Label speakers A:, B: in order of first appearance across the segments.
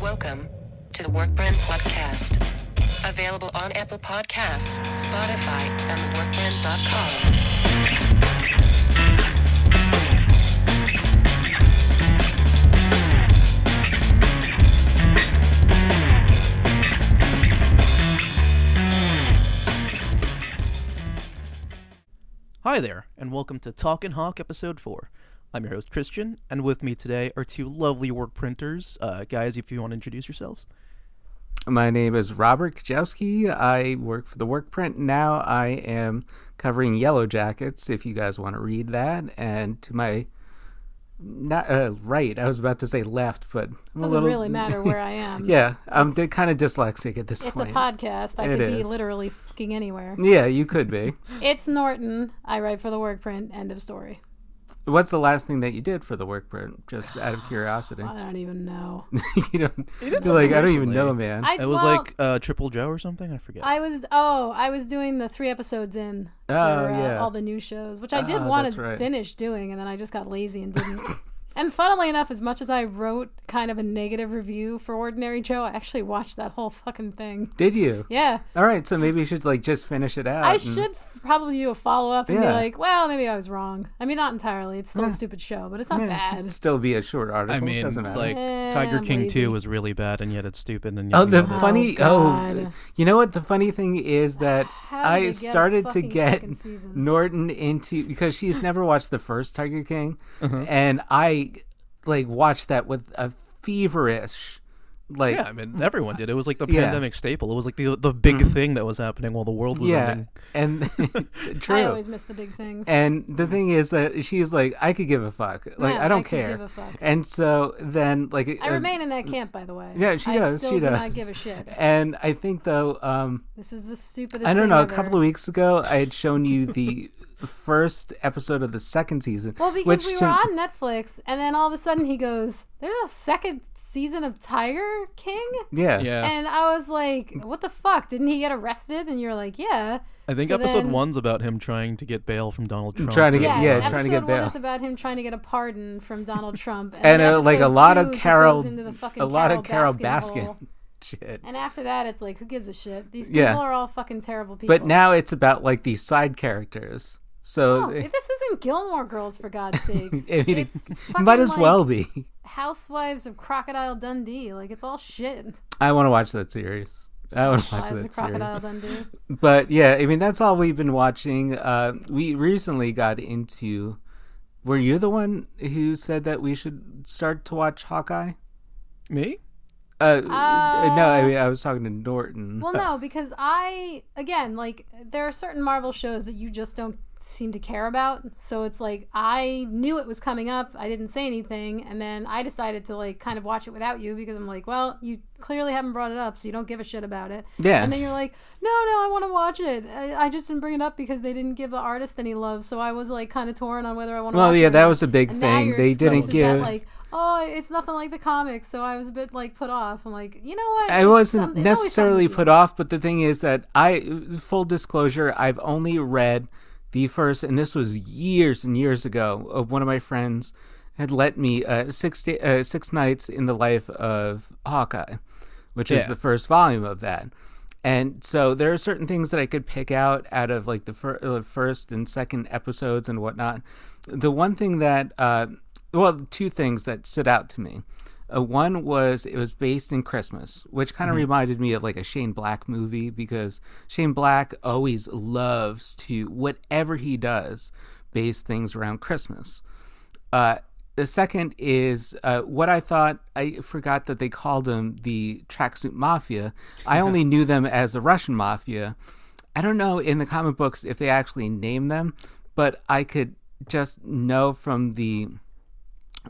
A: Welcome to the Workbrand Podcast. Available on Apple Podcasts, Spotify, and theworkbrand.com.
B: Hi there, and welcome to Talkin' Hawk Episode 4. I'm your host, Christian, and with me today are two lovely work printers. Uh, guys, if you want to introduce yourselves.
C: My name is Robert Kajowski. I work for the Workprint. Now I am covering Yellow Jackets. If you guys want to read that, and to my not uh, right, I was about to say left, but I'm a
D: Doesn't
C: little
D: really matter where I am.
C: Yeah, I'm di- kind of dyslexic at this
D: It's a
C: point.
D: podcast. I
C: It
D: could be
C: is.
D: literally fucking anywhere.
C: Yeah, you could be.
D: It's Norton. I write for the WordPrint. End of story.
C: What's the last thing that you did for the Workprint? Just out of curiosity,
D: I don't even know.
C: you don't.
B: did
C: you're like
B: something
C: I don't even
B: recently.
C: know, man.
D: I,
B: It was
D: well,
B: like uh, Triple Joe or something, I forget.
D: I was oh I was doing the three episodes in for
C: Oh,
D: uh,
C: yeah.
D: all the new shows, which I did
C: Ah,
D: want
C: that's
D: to
C: right.
D: finish doing, and then I just got lazy and didn't. and funnily enough, as much as I wrote kind of a negative review for Ordinary Joe, I actually watched that whole fucking thing.
C: did you?
D: Yeah,
C: All right, so maybe you should like just finish it out.
D: I
C: and-
D: should f- probably do a follow up and be
C: mm. Yeah.
D: like, well, maybe I was wrong. I mean, not entirely. It's still a stupid show, but it's not bad.
C: still be a short article.
B: I
C: It
B: mean,
C: doesn't matter.
B: like,
D: Eh,
B: Tiger
D: I'm
B: King
D: lazy.
B: 2 was really bad, and yet it's stupid, and yet
C: Oh,
B: we
C: the
B: love it.
C: funny. Oh,
D: God.
C: you know what? The funny thing is that
D: How did they
C: I
D: get a
C: started to
D: fucking
C: get
D: second season?
C: Norton into because she's never watched the first Tiger King,
B: Uh-huh.
C: and I like watched that with a feverish, like
B: Yeah, I mean, everyone did. It was like the
C: Yeah. Mm-hmm.
B: pandemic staple. It was like the, the big thing that was happening while the world was
C: yeah,
B: ending.
C: and
D: I
C: true.
D: always miss the big things.
C: And the thing is that she's like, I could give a fuck. Like,
D: Yeah,
C: I
D: I
C: don't
D: could
C: care.
D: give a fuck.
C: And so then, like,
D: I
C: uh,
D: remain in that camp, by the way.
C: Yeah, she
D: I
C: does.
D: Still
C: she
D: do
C: does.
D: not give a shit.
C: And I think though, um,
D: This is the stupidest.
C: I don't
D: thing
C: know. A
D: ever.
C: couple of weeks ago, I had shown you the first episode of the second season.
D: Well, because
C: which
D: we were
C: to-
D: on Netflix, and then all of a sudden he goes, "There's a second season of Tiger King,"
C: Yeah.
B: Yeah.
D: and I was like, "What the fuck? Didn't he get arrested?" And you're like, "Yeah."
B: I think
D: so
B: episode
D: then-
B: one's about him trying to get bail from Donald Trump.
C: Trying to
B: or-
C: get-
D: Yeah,
C: yeah,
D: episode
C: trying to get
D: one
C: bail.
D: is about him trying to get a pardon from Donald Trump, and,
C: And
D: then
C: uh, like a
D: episode
C: lot
D: two
C: of
D: just goes
C: Carol,
D: into the fucking
C: a lot of Carol
D: Baskin
C: Baskin
D: hole.
C: shit.
D: And after that, it's like, who gives a shit? These people
C: Yeah.
D: are all fucking terrible people.
C: But now it's about like the side characters. So
D: Oh, if this isn't Gilmore Girls, for God's sakes,
C: I mean, it
D: it's fucking
C: might as
D: like
C: well be.
D: Housewives of Crocodile Dundee. Like it's all shit.
C: I want to watch that series. I want to watch
D: Housewives of
C: that series.
D: Oh, Crocodile Dundee.
C: But yeah, I mean that's all we've been watching. Uh, we recently got into. Were you the one who said that we should start to watch Hawkeye?
B: Me?
C: Uh, no, I mean I was talking to Norton.
D: Uh, Well, no, because I again like there are certain Marvel shows that you just don't seem to care about. So it's like I knew it was coming up. I didn't say anything, and then I decided to like kind of watch it without you because I'm like, well, you clearly haven't brought it up, so you don't give a shit about it.
C: Yeah.
D: And then you're like, no, no, I want to watch it. I, I just didn't bring it up because they didn't give the artist any love, so I was like kind of torn on whether I want to.
C: Well,
D: watch
C: yeah,
D: it or
C: that
D: not.
C: was a big
D: And now
C: thing.
D: your
C: They didn't
D: excuse is that,
C: give.
D: like, oh, it's nothing like the comics, so I was a bit like put off. I'm like, you know what?
C: I
D: It's
C: wasn't
D: something- it's always
C: necessarily
D: something.
C: put off, but the thing is that I, full disclosure, I've only read the first, and this was years and years ago. Of one of my friends had let me uh, six day, uh, six nights in the life of Hawkeye, which is
B: Yeah.
C: the first volume of that. And so there are certain things that I could pick out out of like the fir- uh, first and second episodes and whatnot. The one thing that, uh, well, two things that stood out to me. Uh, one was it was based in Christmas, which kind of reminded me of like a Shane Black movie because Shane Black always loves to, whatever he does, base things around Christmas. Uh, the second is uh, what I thought. I forgot that they called them the tracksuit mafia. I only knew them as the Russian mafia. I don't know in the comic books if they actually name them, but I could just know from the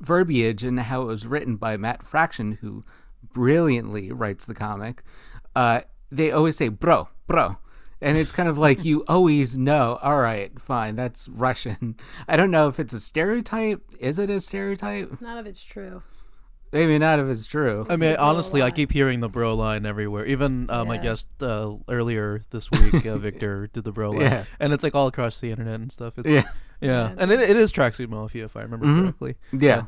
C: verbiage and how it was written by Matt Fraction, who brilliantly writes the comic, uh, they always say bro, bro. And it's kind of like you always know, all right, fine, that's Russian. I don't know if it's a stereotype. Is it a stereotype?
D: None of it's true.
C: Maybe not if it's true.
B: I mean,
D: bro
B: honestly, I
D: line.
B: keep hearing the bro line everywhere. Even um, I
D: Yeah.
B: guess uh, earlier this week, uh, Victor did the bro line,
C: Yeah.
B: and it's like all across the internet and stuff. It's,
C: Yeah. Mm-hmm.
B: yeah, and it, it is tracksuit mafia if I remember correctly.
C: Yeah.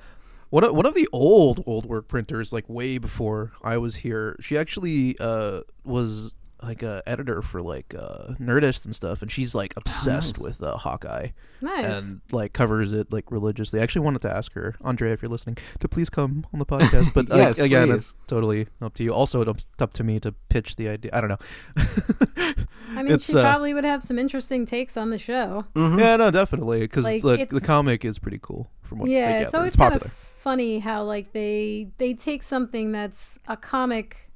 B: One of, one of the old old work printers, like way before I was here, she actually uh, was like a editor for like uh, Nerdist and stuff, and she's like obsessed with uh, Hawkeye
D: Nice.
B: and like covers it like religiously. I actually wanted to ask her, Andrea, if you're listening, to please come on the podcast. But like,
C: Yes,
B: again,
C: please.
B: it's totally up to you. Also, it's up to me to pitch the idea. I don't know.
D: I mean,
B: it's,
D: she
B: uh, Mm-hmm.
D: probably would have some interesting takes on the show.
B: yeah, no, definitely, because
D: Like,
B: the, the
D: it's-
B: comic is pretty cool. From what I
D: yeah,
B: gather.
D: it's always kind
B: popular.
D: of funny how like they they take something that's a comic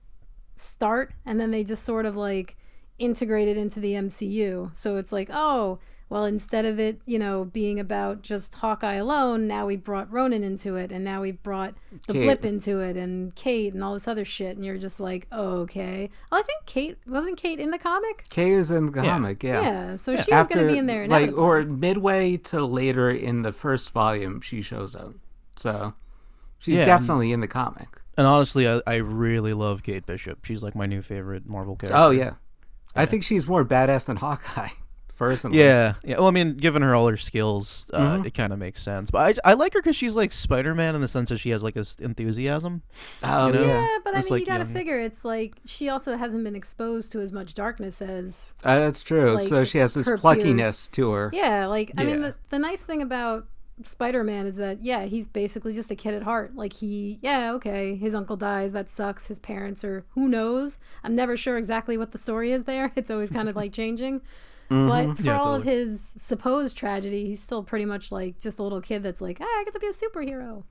D: start and then they just sort of like integrate it into the MCU. So it's like, oh, well, instead of it, you know, being about just Hawkeye alone, now we've brought Ronan into it, and now we've brought the
C: Kate.
D: blip into it, and Kate, and all this other shit, and you're just like, oh, okay. Oh, I think Kate wasn't Kate in the comic.
C: Kay is in the comic, yeah.
D: Yeah, so she was going to be in there.
C: like oh,
D: inevitably.
C: or midway to later in the first volume, she shows up. So she's
B: Yeah, and-
C: definitely in the comic.
B: And honestly, I, I really love Kate Bishop. She's like my new favorite Marvel character.
C: Oh yeah. I think she's more badass than Hawkeye, personally.
B: Yeah, yeah. Well, I mean, given her all her skills, uh, it kind of makes sense. But I, I like her because she's like Spider Man in the sense that she has like this enthusiasm.
C: Oh
B: You know?
C: yeah.
D: Yeah, but I mean,
B: It's like
D: you gotta
B: young.
D: figure it's like she also hasn't been exposed to as much darkness as.
C: Uh, that's true.
D: Like,
C: so she has this
D: her peers.
C: pluckiness to her.
D: Yeah, like I mean,
B: Yeah.
D: the, the nice thing about Spider Man is that yeah, he's basically just a kid at heart. Like he, yeah, okay, his uncle dies, that sucks. His parents are who knows. I'm never sure exactly what the story is there. It's always kind of like changing. But for
B: Yeah,
D: all of his supposed tragedy, he's still pretty much like just a little kid that's like, ah, I get to be a superhero.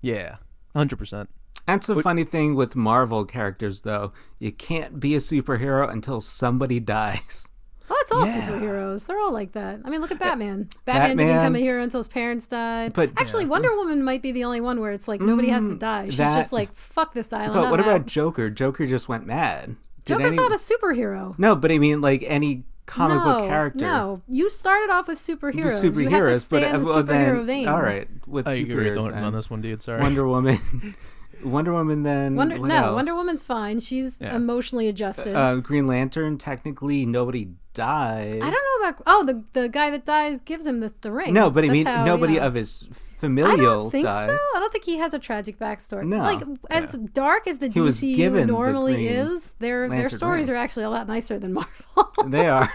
B: Yeah, hundred percent.
C: That's the funny thing with Marvel characters, though. You can't be a superhero until somebody dies.
D: Well, it's Oh, all
B: Yeah.
D: superheroes. They're all like that. I mean, look at Batman. Batman, didn't become
C: Uh, Batman-
D: a hero until his parents died.
C: But- Mm,
D: actually, Wonder Woman might be the only one where it's like nobody has to die. She's
C: that-
D: just like, fuck this island.
C: But
D: I'm
C: what about
D: out."
C: Joker? Joker just went mad. Did
D: Joker's
C: any-
D: not a superhero?
C: No, but I mean, like any comic book character.
D: No, you started off with
C: The
D: superheroes.
C: superheroes,
D: you have to stay
C: but uh,
D: in the
C: well, then-
D: superhero vein.
C: All right, with
B: I agree
C: superheroes
B: with Thornton
C: then.
B: on this one, dude. Sorry.
C: Wonder Woman, Wonder Woman. Then
D: Wonder,
C: what
D: no,
C: else?
D: Wonder Woman's fine. She's
B: Yeah.
D: emotionally adjusted.
C: uh, Green Lantern. Technically, nobody died.
D: Mm-hmm. I don't know about. Oh, the the guy that dies gives him the, the ring.
C: No, but I
D: That's
C: mean,
D: how,
C: nobody
D: yeah.
C: of his
D: I
C: familial
D: don't think
C: died.
D: so. I don't think he has a tragic backstory.
C: No.
D: Like as dark as the
C: was given the
D: DCU normally
C: Green
D: is, their their
C: Lantern
D: stories
C: Ring.
D: are actually a lot nicer than Marvel.
C: They are.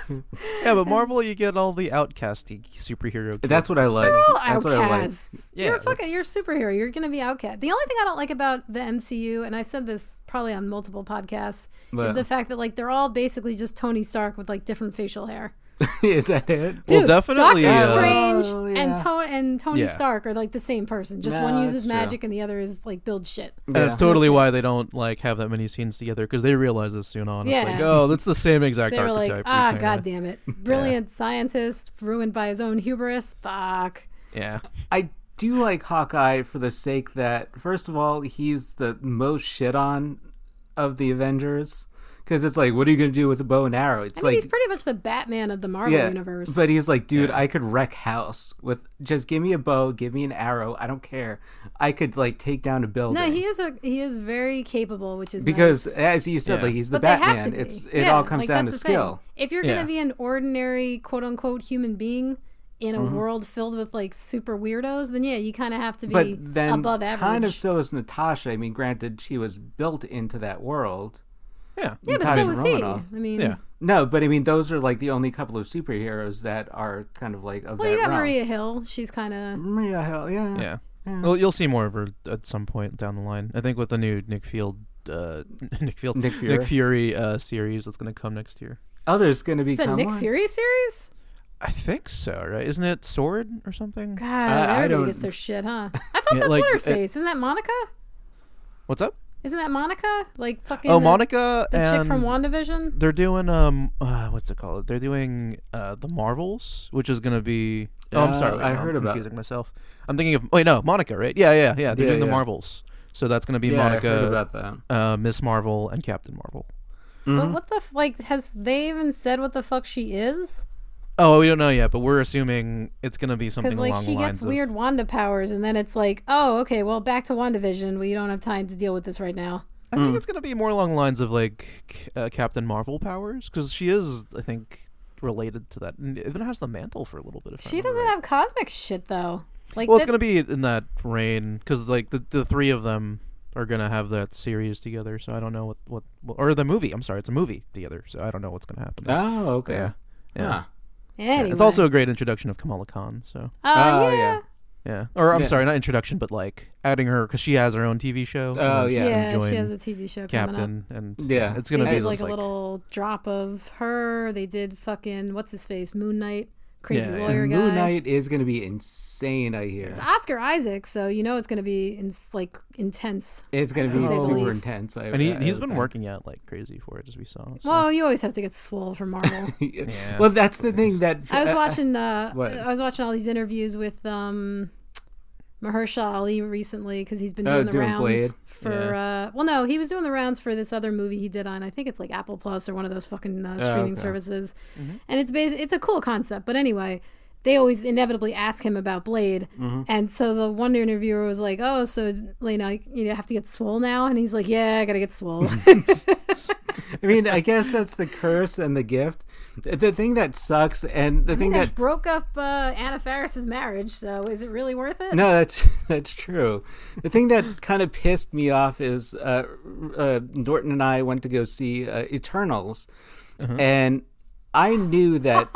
B: yeah, but Marvel, you get all the outcasty superhero. Kids.
C: That's what I like. That's what I like.
D: outcasts.
B: Yeah,
D: you're a
B: that's-
D: fucking you're a superhero. You're gonna be outcast. The only thing I don't like about the MCU, and I've said this probably on multiple podcasts,
C: Well.
D: is the fact that like they're all basically just Tony Stark with like different facial hair.
C: Is that it?
B: Well,
D: Dude,
B: definitely,
D: Doctor
B: uh,
D: Strange
C: Oh,
D: and,
C: yeah.
D: to- and Tony
B: Yeah.
D: Stark are like the same person. Just
C: No,
D: one
C: that's
D: uses
C: true.
D: magic and the other is like build shit.
B: And that's totally why they don't like have that many scenes together because they realize this soon on. It's like,
D: Yeah.
B: oh, that's the same exact
D: they were
B: archetype.
D: like,
B: we
D: ah,
B: kinda-
D: god damn it. Brilliant scientist ruined by his own hubris. Fuck.
B: Yeah.
C: I do like Hawkeye for the sake that, first of all, he's the most shit on of the Avengers. Because it's like, what are you going to do with a bow and arrow? It's
D: I mean,
C: like,
D: he's pretty much the Batman of the Marvel
C: yeah.
D: universe.
C: But he's like, dude, I could wreck house with just give me a bow, give me an arrow. I don't care. I could like take down a building.
D: no, he is a he is very capable, which is
C: because
D: nice.
C: as you said,
B: Yeah.
C: like he's the
D: but they have
C: Batman.
D: to be.
C: It's it
D: Yeah,
C: all comes
D: like,
C: down to
D: that's the thing.
C: skill.
D: If you're
B: Yeah.
D: gonna be an ordinary quote unquote human being in a
C: Mm-hmm.
D: world filled with like super weirdos, then yeah, you kind of have to be
C: But then,
D: above average.
C: kind of so is Natasha. I mean, granted, she was built into that world.
B: Yeah.
D: yeah, but
C: Natasha
D: so was he. I
C: Romanoff.
D: mean,
B: Yeah.
C: No, but I mean, those are like the only couple of superheroes that are kind of like of
D: well,
C: that
D: you got
C: realm.
D: Maria Hill. She's kind of
C: Maria Hill, yeah.
B: Yeah. Well, you'll see more of her at some point down the line. I think with the new Nick Field, uh, Nick Field,
C: Nick Fury.
B: Fury, uh, series that's gonna come next year.
C: Others going to
D: is that
C: become
D: Nick
C: one.
D: Fury series?
B: I think so, right? Isn't it Sword or something?
D: God,
C: I
D: everybody
C: don't-
D: gets their shit, huh? I thought
B: Yeah,
D: that's
B: like,
D: what her
B: uh,
D: face. Isn't that Monica?
B: What's up?
D: Isn't that Monica? Like fucking.
B: oh,
D: the-
B: Monica
D: the
B: and
D: chick from WandaVision.
B: they're doing um, uh, what's it called? They're doing uh, the Marvels, which is gonna be. Oh, I'm sorry.
C: Oh,
B: wait,
C: I
B: no,
C: heard
B: I'm
C: about it.
B: confusing myself. I'm thinking of wait, no, Monica, right? Yeah, yeah, yeah. They're
C: Yeah,
B: doing the
C: yeah.
B: Marvels, so that's gonna be
C: Yeah, I heard
B: Monica,
C: about that.
B: uh, Miss Marvel, and Captain Marvel. Mm-hmm.
D: But what the f- like? Has they even said what the fuck she is?
B: Oh, we don't know yet, but we're assuming it's gonna be something
D: Because like
B: along
D: she
B: the lines
D: gets
B: of
D: weird Wanda powers, and then it's like, oh, okay, well back to WandaVision. We don't have time to deal with this right now.
B: I
C: Mm.
B: think it's gonna be more along the lines of like c- uh, Captain Marvel powers because she is, I think, related to that. And even has the mantle for a little bit. If I
D: She
B: remember
D: doesn't have cosmic shit though.
B: right.
D: Like
B: Well, it's
D: that-
B: gonna be in that reign because like the the three of them are gonna have that series together. So I don't know what what, what or the movie. I'm sorry, it's a movie together. So I don't know what's gonna happen.
C: Oh, okay.
B: Yeah. Yeah.
C: Huh.
D: anyway.
B: It's also a great introduction of Kamala Khan. So
D: Oh,
C: Oh,
D: yeah.
C: yeah.
B: yeah, or I'm
C: Yeah.
B: sorry, not introduction, but like adding her because she has her own TV show.
C: Oh,
B: and
C: yeah.
B: she's gonna
D: Yeah, she
B: join
D: has a TV show coming up.
B: Captain and
C: Yeah.
B: it's
D: They
B: gonna be
D: did
B: this,
D: like a
B: like-
D: little drop of her. They did fucking what's his face, Moon Knight, crazy
B: Yeah, yeah.
D: lawyer guy.
C: Moon Knight is going to be insane, I hear.
D: It's Oscar Isaac, so you know it's going to be in, like intense.
C: It's going to be
D: To say the
C: super
D: least.
C: intense. I,
B: and he
C: I
B: he's
C: would
B: been
C: think.
B: working out like crazy for it as we saw. So.
D: Well, you always have to get swole for Marvel.
B: Yeah.
C: Well, that's the thing that
D: I was
C: uh,
D: watching. Uh,
C: what?
D: I was watching all these interviews with um, Mahershala Ali recently because he's been
C: Oh,
D: doing the
C: doing
D: rounds
C: Blade.
D: for. Uh, well, no, he was doing the rounds for this other movie he did on. I think it's like Apple Plus or one of those fucking uh,
B: Oh,
D: streaming
C: okay.
D: services.
B: Mm-hmm.
D: And it's bas- It's a cool concept, but anyway. They always inevitably ask him about Blade,
B: Mm-hmm.
D: and so the one interviewer was like, "Oh, so you know, you have to get swole now," and he's like, "Yeah, I gotta get swole."
C: I mean, I guess that's the curse and the gift. The thing that sucks and the thing
D: They
C: that
D: broke up uh, Anna Faris's marriage, so is it really worth it?
C: no, that's that's true. The thing that kind of pissed me off is uh, uh, Norton and I went to go see uh, Eternals,
B: Uh-huh.
C: and I knew that.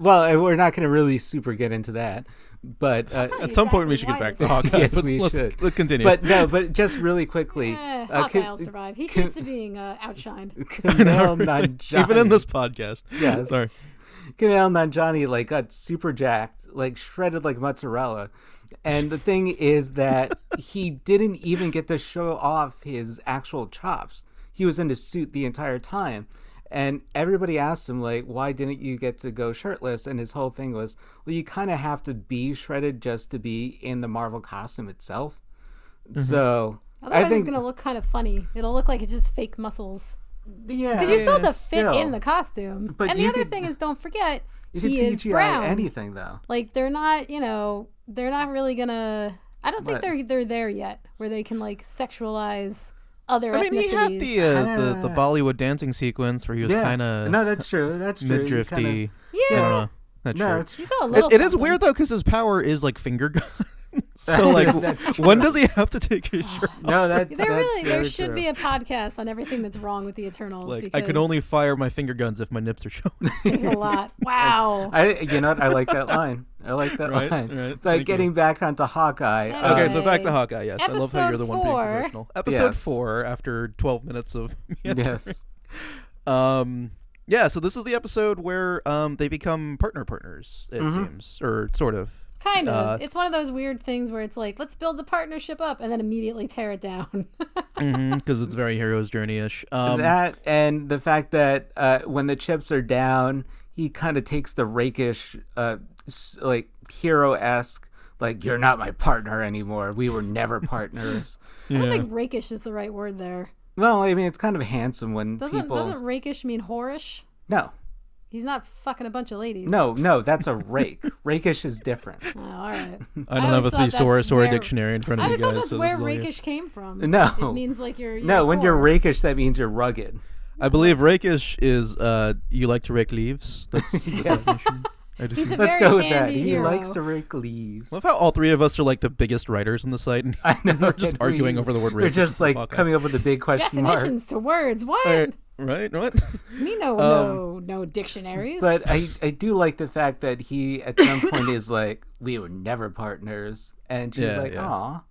C: well, and we're not going to really super get into that, but uh,
B: At some point, we should get
D: Exactly
B: back
D: why
B: to Hawkeye.
C: Yes,
B: but
C: we
B: let's,
C: should.
B: Let's continue.
C: but no, but just really quickly,
D: Eh,
C: uh,
D: Hawkeye
C: Ca-
D: will survive. He's used to being uh, outshined.
C: Kumail Nanjiani-
B: even in this podcast,
C: Yes.
B: sorry.
C: Kumail Nanjiani like got super jacked, like shredded like mozzarella. And the thing is that he didn't even get to show off his actual chops. He was in a suit the entire time. And everybody asked him, like, why didn't you get to go shirtless? And his whole thing was, well, you kind of have to be shredded just to be in the Marvel costume itself. So
D: Otherwise,
C: I think,
D: it's gonna look kind of funny. It'll look like it's just fake muscles.
C: yeah,
D: Because you still have
C: yeah,
D: to fit
C: still.
D: in the costume.
C: But
D: and the
C: you
D: other
C: could-
D: thing is, don't forget,
C: you can
D: he is
C: CGI
D: brown.
C: anything though.
D: Like they're not, you know, they're not really gonna. I don't
C: Right.
D: think they're they're there yet, where they can like sexualize other
B: I mean, he
D: ethnicities.
B: had the uh, the the Bollywood dancing sequence where he was
C: yeah,
B: kind of
C: no, that's true. That's true. You kinda-
B: midriffy. I
D: yeah,
B: don't know. Not
C: No,
B: sure.
C: it's
D: you saw a little.
B: It, it is
D: something.
B: weird though, because his power is like finger gun. so like,
C: That's Ah,
B: when does he have to take his shirt? off?
C: No, that
D: There really, there should
C: true.
D: be a podcast on everything that's wrong with the Eternals.
B: Like,
D: because
B: I can only fire my finger guns if my nips are showing.
D: There's a lot. Wow.
C: I, you know, what? I like that line. I like that
B: Right,
C: line.
B: right,
C: But
B: thank
C: getting
B: you.
C: back onto Hawkeye. uh,
B: okay, so back
D: Okay.
B: to Hawkeye. Yes, I love how you're the one being
D: Episode four.
B: professional. Episode
C: Yes.
B: four, after 12 minutes of
C: yes,
B: Um, yeah, so this is the episode where um they become partner partners.
C: Mm-hmm.
B: It seems, or sort of.
D: Kind of.
B: Uh,
D: it's one of those weird things where it's like, let's build the partnership up and then immediately tear it down.
B: Because Mm, it's very hero's journey ish. Um,
C: that and the fact that uh, when the chips are down, he kind of takes the rakish, uh, s- like hero esque, like you're not my partner anymore. We were never partners.
D: I don't think rakish is the right word there.
C: well, I mean, it's kind of handsome when
D: Doesn't
C: people.
D: doesn't rakish mean whorish?
C: No,
D: He's not fucking a bunch of ladies.
C: no, no. That's a rake. Rakish is different.
D: Oh, all right.
B: I don't
D: always
B: have a
D: thought that's
B: thesaurus or a
D: where-
B: dictionary in front of
D: I
B: me,
D: always
B: guys.
D: thought that's
B: so this
D: where
B: is all you-
D: rakish came from.
C: No.
D: It means like you're. you're
C: No,
D: a
C: when you're
D: whore.
C: rakish, that means you're rugged.
B: I believe rakish is uh you like to rake leaves. That's the definition. I just
D: He's a
C: Let's
D: very
C: go with that.
D: handy
C: He
D: hero.
C: likes to rake leaves.
B: love how all three of us are like the biggest writers in the site. And
C: I know.
B: We're just
C: and
B: arguing
C: we-
B: over the word
C: We're
B: rakish and
C: just like
B: Hawkeye.
C: coming up with a big question mark.
D: definitions to words. What?
B: right, right.
D: Me no no no dictionaries.
C: Um, But I, I do like the fact that he at some point is like, we were never partners, and she's
B: Yeah,
C: like,
B: yeah.
C: aw.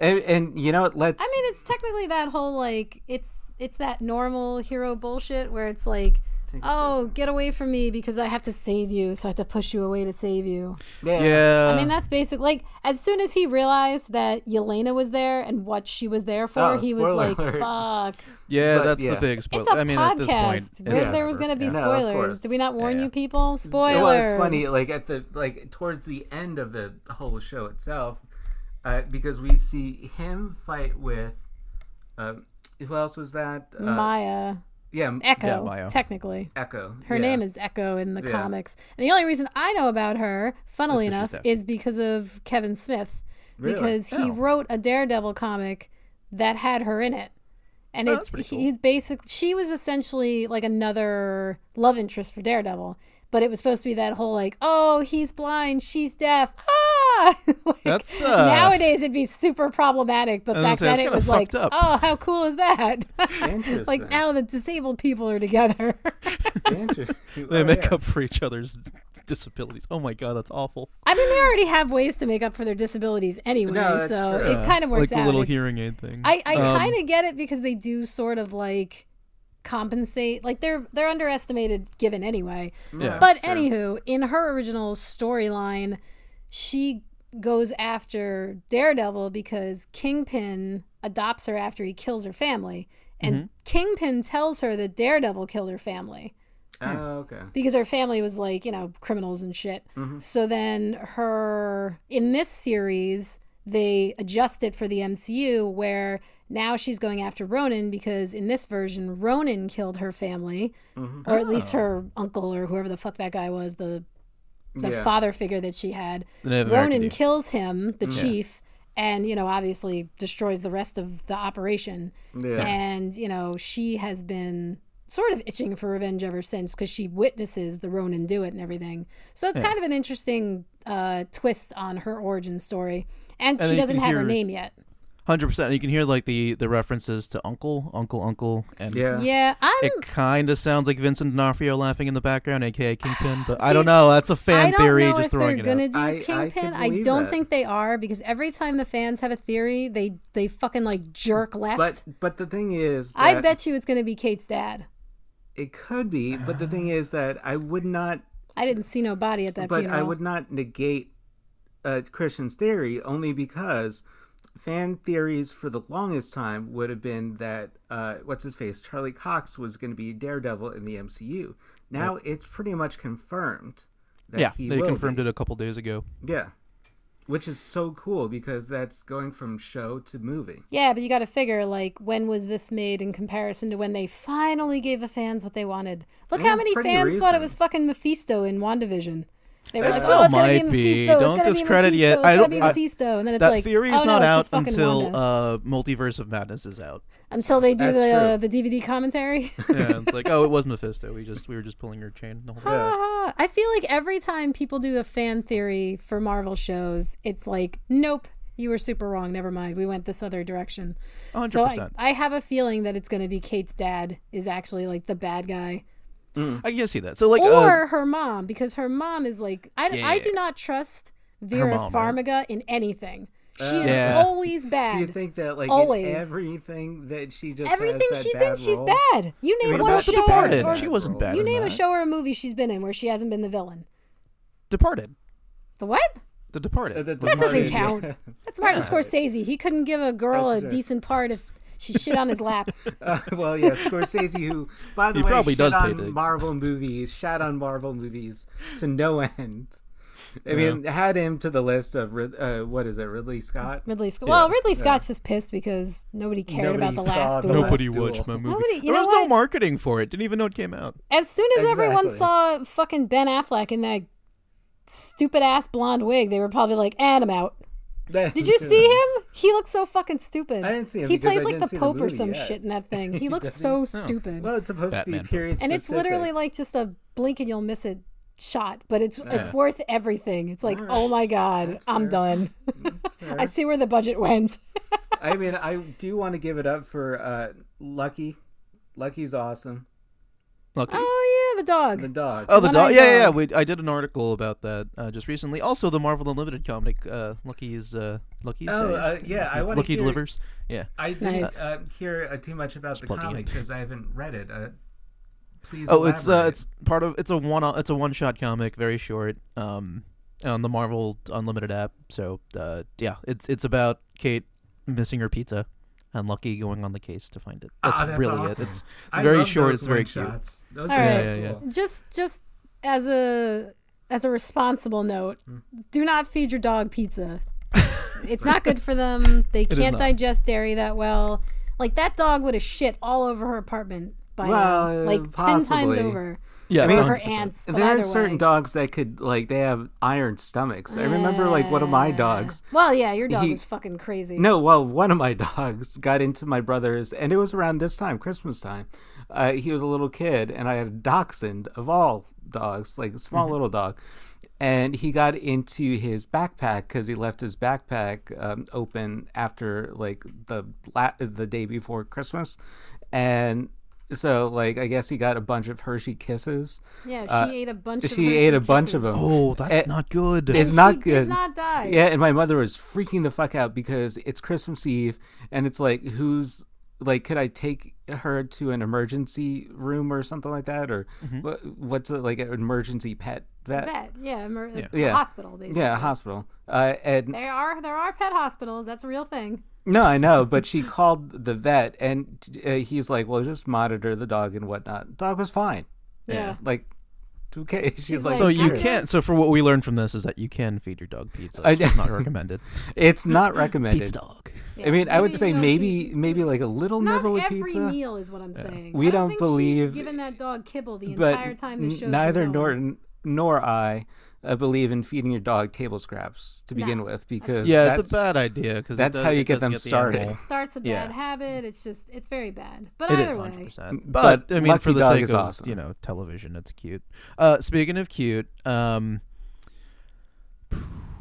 C: And, and you know what? Let's.
D: I mean, it's technically that whole like it's it's that normal hero bullshit where it's like, oh, get away from me because I have to save you, so I have to push you away to save you.
B: Yeah.
D: I mean, that's basic. Like, as soon as he realized that Yelena was there and what she was there for,
C: Oh,
D: he was
C: spoiler
D: like,
C: alert.
D: fuck.
B: yeah,
C: but,
B: that's
C: yeah.
B: the big spoiler.
D: It's a
B: I mean,
D: podcast
B: at this point,
D: where
B: it's
D: there was
B: whatever.
D: going to be
B: Yeah.
C: No, of
D: spoilers.
C: course.
D: Did we not warn
B: Yeah, yeah.
D: you people? Spoilers.
C: Well, it's funny, like at the like towards the end of the whole show itself, uh, because we see him fight with, uh, who else was that? Uh,
D: Maya.
C: yeah, M-
D: Echo,
B: yeah, Maya.
D: technically.
C: Echo.
D: Mm. Her
C: yeah.
D: name is Echo in the comics. And the only reason I know about her, funnily
B: That's 'cause she's
D: enough,
B: deaf.
D: is because of Kevin Smith.
C: Really?
D: Because he
B: Oh.
D: wrote a Daredevil comic that had her in it. And
B: Oh, that's
D: it's
B: pretty cool.
D: he's basic she was essentially like another love interest for Daredevil. But it was supposed to be that whole like, oh, he's blind, she's deaf. Ah yeah. Like,
B: That's, uh,
D: nowadays it'd be super problematic, but
B: was gonna
D: back
B: say, that's
D: then it
B: kinda
D: was like,
B: fucked up.
D: oh, how cool is that?
C: Interesting.
D: like now the disabled people are together.
C: Interesting.
B: They
C: Oh,
B: make
C: yeah.
B: up for each other's disabilities. Oh my god, that's awful.
D: I mean, they already have ways to make up for their disabilities anyway,
C: No, that's
D: so
C: true.
D: it kind of works
B: like
D: out.
B: the little
D: It's-
B: hearing aid thing.
D: I, I
B: Um,
D: kind of get it because they do sort of like compensate like they're they're underestimated given anyway
B: Yeah.
D: but anywho in her original storyline she goes after daredevil because kingpin adopts her after he kills her family and
B: Mm-hmm.
D: kingpin tells her that daredevil killed her family
C: Oh, okay.
D: because her family was like you know criminals and shit so then her in this series they adjust it for the mcu where now she's going after ronan because in this version ronan killed her family or at
B: Oh.
D: least her uncle or whoever the fuck that guy was the the
C: Yeah.
D: father figure that she had
B: The Native American
D: ronan
B: dude.
D: kills him the chief and you know obviously destroys the rest of the operation
C: Yeah.
D: and you know she has been sort of itching for revenge ever since because she witnesses the Ronin do it and everything. So it's kind of an interesting uh, twist on her origin story, and,
B: And
D: she
B: you
D: doesn't
B: can
D: have her
B: hear-
D: name yet.
B: Hundred percent. You can hear like the the references to Uncle, Uncle, Uncle, and
C: Yeah.
D: Yeah, I'm.
B: It kind of sounds like Vincent D'Onofrio laughing in the background, aka Kingpin. But I
D: See,
B: don't know. That's a
D: I
B: fan
D: don't
B: theory.
D: know
B: Just
D: if they're
B: throwing it
D: gonna
B: out.
D: do
C: I- I
D: Kingpin.
C: could
D: I,
C: believe
D: don't
C: that.
D: think they are because every time the fans have a theory, they they fucking like jerk left.
C: But but the thing is,
D: I
C: that
D: bet you it's gonna be Kate's dad.
C: it could be. But the thing is that I would not
D: I didn't see no body at that
C: but
D: funeral.
C: I would not negate uh, Christian's theory only because fan theories for the longest time would have been that uh, what's his face Charlie Cox was going to be Daredevil in the MCU. Now it's pretty much confirmed. That
B: Yeah,
C: he
B: they
C: will
B: confirmed
C: be.
B: it a couple days ago.
C: Yeah, which is so cool because that's going from show to movie.
D: Yeah, but you got to figure like when was this made in comparison to when they finally gave the fans what they wanted. Look
B: Mm,
C: Yeah,
D: how many
C: pretty
D: fans thought it
C: recent.
D: was fucking Mephisto in Wandavision. They were
B: It
D: like,
B: still
D: "Oh, it's gonna be
B: might
D: Mephisto.
B: be.
D: It's
B: Don't
D: gonna
B: discredit
D: be Mephisto.
B: yet.
D: It's
B: I
D: gonna
B: don't-
D: be
B: I-
D: Mephisto." And then it's
B: That
D: like,
B: theory
D: "Oh
B: is not
D: no, it's
B: out
D: just fucking
B: until
D: Wanda."
B: uh, Multiverse of Madness is out.
D: until they do
C: That's
D: the
C: true.
D: uh, the DVD commentary.
B: Yeah, it's like, oh, it was Mephisto. We just we were just pulling your chain. The whole
D: Ah, I feel like every time people do a fan theory for Marvel shows, it's like, nope, you were super wrong. Never mind. We went this other direction.
B: Hundred
D: So I,
B: percent.
D: I have a feeling that it's going to be Kate's dad is actually like the bad guy.
B: I can see that. So like, uh,
D: or her mom because her mom is like I, I do
B: Yeah.
D: not trust Vera
B: mom, right?
D: Farmiga in anything. She is
B: Yeah.
D: always
C: Do you
D: bad.
C: think that like
D: Always.
C: in everything that she just has
D: Everything
C: that
D: she's
C: bad
D: in, she's
C: role?
D: bad. You name
C: mean,
D: one
B: about
C: what
B: the
C: about
D: show or,
B: Departed,
C: Departed?
B: she wasn't bad.
D: you
B: in
D: name a
B: that.
D: show or a movie she's been in where she hasn't been the villain.
B: Departed.
D: The what?
B: The
C: Uh,
B: Departed.
C: the
D: That doesn't
C: Departed,
D: count.
C: yeah.
D: That's Martin Scorsese. He couldn't give a girl a
C: That's true.
D: decent part if she shit on his lap.
C: Uh, well, yeah, Scorsese, who by the
B: He
C: way
B: probably
C: shit
B: does pay
C: on
B: to-
C: Marvel movies, shat on Marvel movies to no end. I mean, had him to the list of Rid- uh, what is it, Ridley Scott?
D: Ridley Scott. Well, Ridley Scott's just pissed because nobody cared
C: Nobody
D: about the
C: saw
D: last
C: the
D: duel.
C: last
B: Nobody
C: Duel.
B: watched my movie.
D: Nobody- you
B: there
D: know
B: was no
D: what?
B: marketing for it. Didn't even know it came out.
D: As soon as everyone
C: Exactly.
D: saw fucking Ben Affleck in that stupid ass blonde wig, they were probably like, "And I'm out." Did you see him? He looks so fucking stupid.
C: I didn't see him
D: He
C: because
D: plays
C: I
D: like
C: didn't
D: the
C: see the
D: Pope or
C: movie
D: some
C: yet. Oh.
D: shit in that thing. He looks so stupid.
C: Well, it's supposed
B: Batman
C: to be
B: Pope.
C: period
D: and it's literally like just a blink and you'll miss it shot, but it's it's worth everything. It's like, oh my god, I'm done. I see where the budget went.
C: I mean, I do want to give it up for uh, Lucky. Lucky's awesome.
B: Lucky.
D: oh yeah, the dog.
C: The dog.
B: Oh, the
D: One-eyed
B: dog. Yeah, yeah, yeah.
D: dog.
B: We, I did an article about that uh, just recently. Also, the Marvel Unlimited comic, uh, Lucky's, uh, Lucky's
C: Oh,
B: Days.
C: uh, yeah, I wanna
B: Lucky
C: hear-
B: delivers. Yeah.
C: I didn't
D: Nice.
C: uh, hear uh, too much about the
B: plugging
C: comic
B: it.
C: because I haven't read it. Uh, please.
B: Oh, it's uh,
C: elaborate.
B: it's part of it's a one uh, it's a one shot comic, very short. Um, on the Marvel Unlimited app. So, uh, yeah, it's it's about Kate missing her pizza, and Lucky going on the case to find it. That's,
C: Ah, that's
B: really
C: awesome.
B: it. It's
C: I
B: very
C: love
B: short.
C: those
B: It's very cute.
C: one-shots. Those
D: All
C: are
D: right.
C: so
B: Yeah, yeah, yeah.
C: cool.
D: just just as a as a responsible note
C: Hmm.
D: do not feed your dog pizza it's not good for them they
B: is
D: can't
B: not.
D: digest dairy that well like that dog would have shit all over her apartment by
C: Well,
D: now like 10
C: possibly.
D: times over
B: Yes,
D: or her
B: 100%.
D: aunts. but
C: there are
D: either
C: certain
D: way.
C: dogs that could like they have iron stomachs. I remember like one of my dogs.
D: Uh, Well, yeah, your dog
C: He-
D: was fucking crazy.
C: No, well, one of my dogs got into my brother's, and it was around this time, Christmas time. Uh, he was a little kid, and I had a dachshund of all dogs, like a
D: Mm-hmm.
C: small little dog. And he got into his backpack because he left his backpack um, open after like the la- the day before Christmas, and so like I guess he got a bunch of Hershey kisses.
D: yeah, she ate a bunch. of
C: uh, she ate
D: Hershey
C: a bunch of
D: Kisses.
C: them.
B: Oh, that's
C: Eh,
B: not good.
C: It's
D: She
C: not
D: did
C: good.
D: not die.
C: Yeah, and my mother was freaking the fuck out because it's Christmas Eve and it's like who's like could I take her to an emergency room or something like that or
B: Mm-hmm.
C: wha- what's it like an emergency pet vet?
D: Vet, yeah, emer- a
C: Yeah.
D: hospital basically.
C: Yeah, a hospital. Uh, and
D: There are there are pet hospitals. That's a real thing.
C: no, I know, but she called the vet and uh, he's like, "Well, just monitor the dog and whatnot." Dog was fine.
D: Yeah.
C: Like okay. She's,
D: She's
C: like,
B: so you
D: Okay.
B: can't. So for what we learned from this is that you can feed your dog pizza.
C: I
B: It's just
C: know.
B: not recommended.
C: "It's not recommended."
B: Pizza dog.
D: Yeah,
C: I mean, I would
D: you
C: say
D: don't
C: maybe
D: eat-
C: maybe like a little
D: Not
C: nibble of
D: every
C: pizza.
D: meal is what I'm saying.
C: We
D: I
C: don't
D: think
C: believe-
D: she's given that dog kibble the
C: but
D: entire time the
C: n-
D: show.
C: neither Norton nor I uh, believe in feeding your dog table scraps to begin
D: No.
C: with because
B: Yeah, it's
C: that's-
B: a bad idea because
C: that's how you get them started.
D: starts a bad
B: Yeah.
D: habit. It's just it's very bad. But
B: It
D: either
B: is
D: way,
B: 100%.
C: But
B: But, I mean,
C: Lucky
B: for the
C: Dog
B: sake
C: is
B: of
C: awesome.
B: you know television, it's cute. Uh, speaking of cute, um,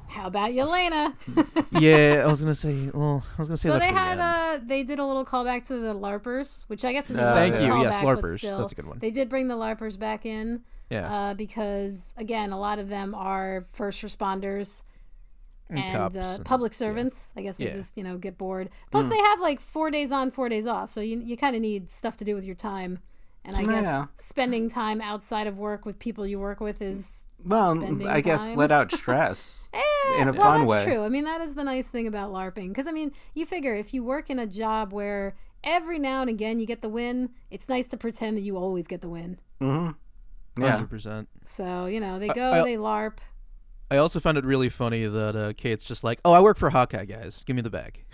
D: how about Yelena?
B: yeah, I was gonna say. Well, I was gonna say
D: so
B: that.
D: they
B: for the
D: had
B: end.
D: uh they did a little callback to the LARPers, which I guess is a
C: Uh,
D: minor
C: Thank you,
B: yes,
D: callback, but
B: LARPers.
D: still,
B: That's a good one.
D: They did bring the LARPers back in.
B: yeah,
D: uh, because again, a lot of them are first responders and,
B: cops
D: uh,
B: and-
D: public servants. I guess they
B: Yeah.
D: just you know get bored. Plus, they have like four days on, four days off, so you you kind of need stuff to do with your time. And I
C: Yeah.
D: guess spending time outside of work with people you work with is
C: well,
D: spending
C: I guess
D: time.
C: let out stress
D: Eh,
C: in a
D: well,
C: fun
D: that's
C: way.
D: true. I mean, that is the nice thing about LARPing. Because, I mean, you figure if you work in a job where every now and again you get the win, it's nice to pretend that you always get the win.
C: Mm-hmm. Yeah.
B: hundred percent.
D: So, you know, they go,
B: I-
D: they LARP.
B: I also found it really funny that uh, Kate's just like, "Oh, I work for Hawkeye, guys. Give me the bag."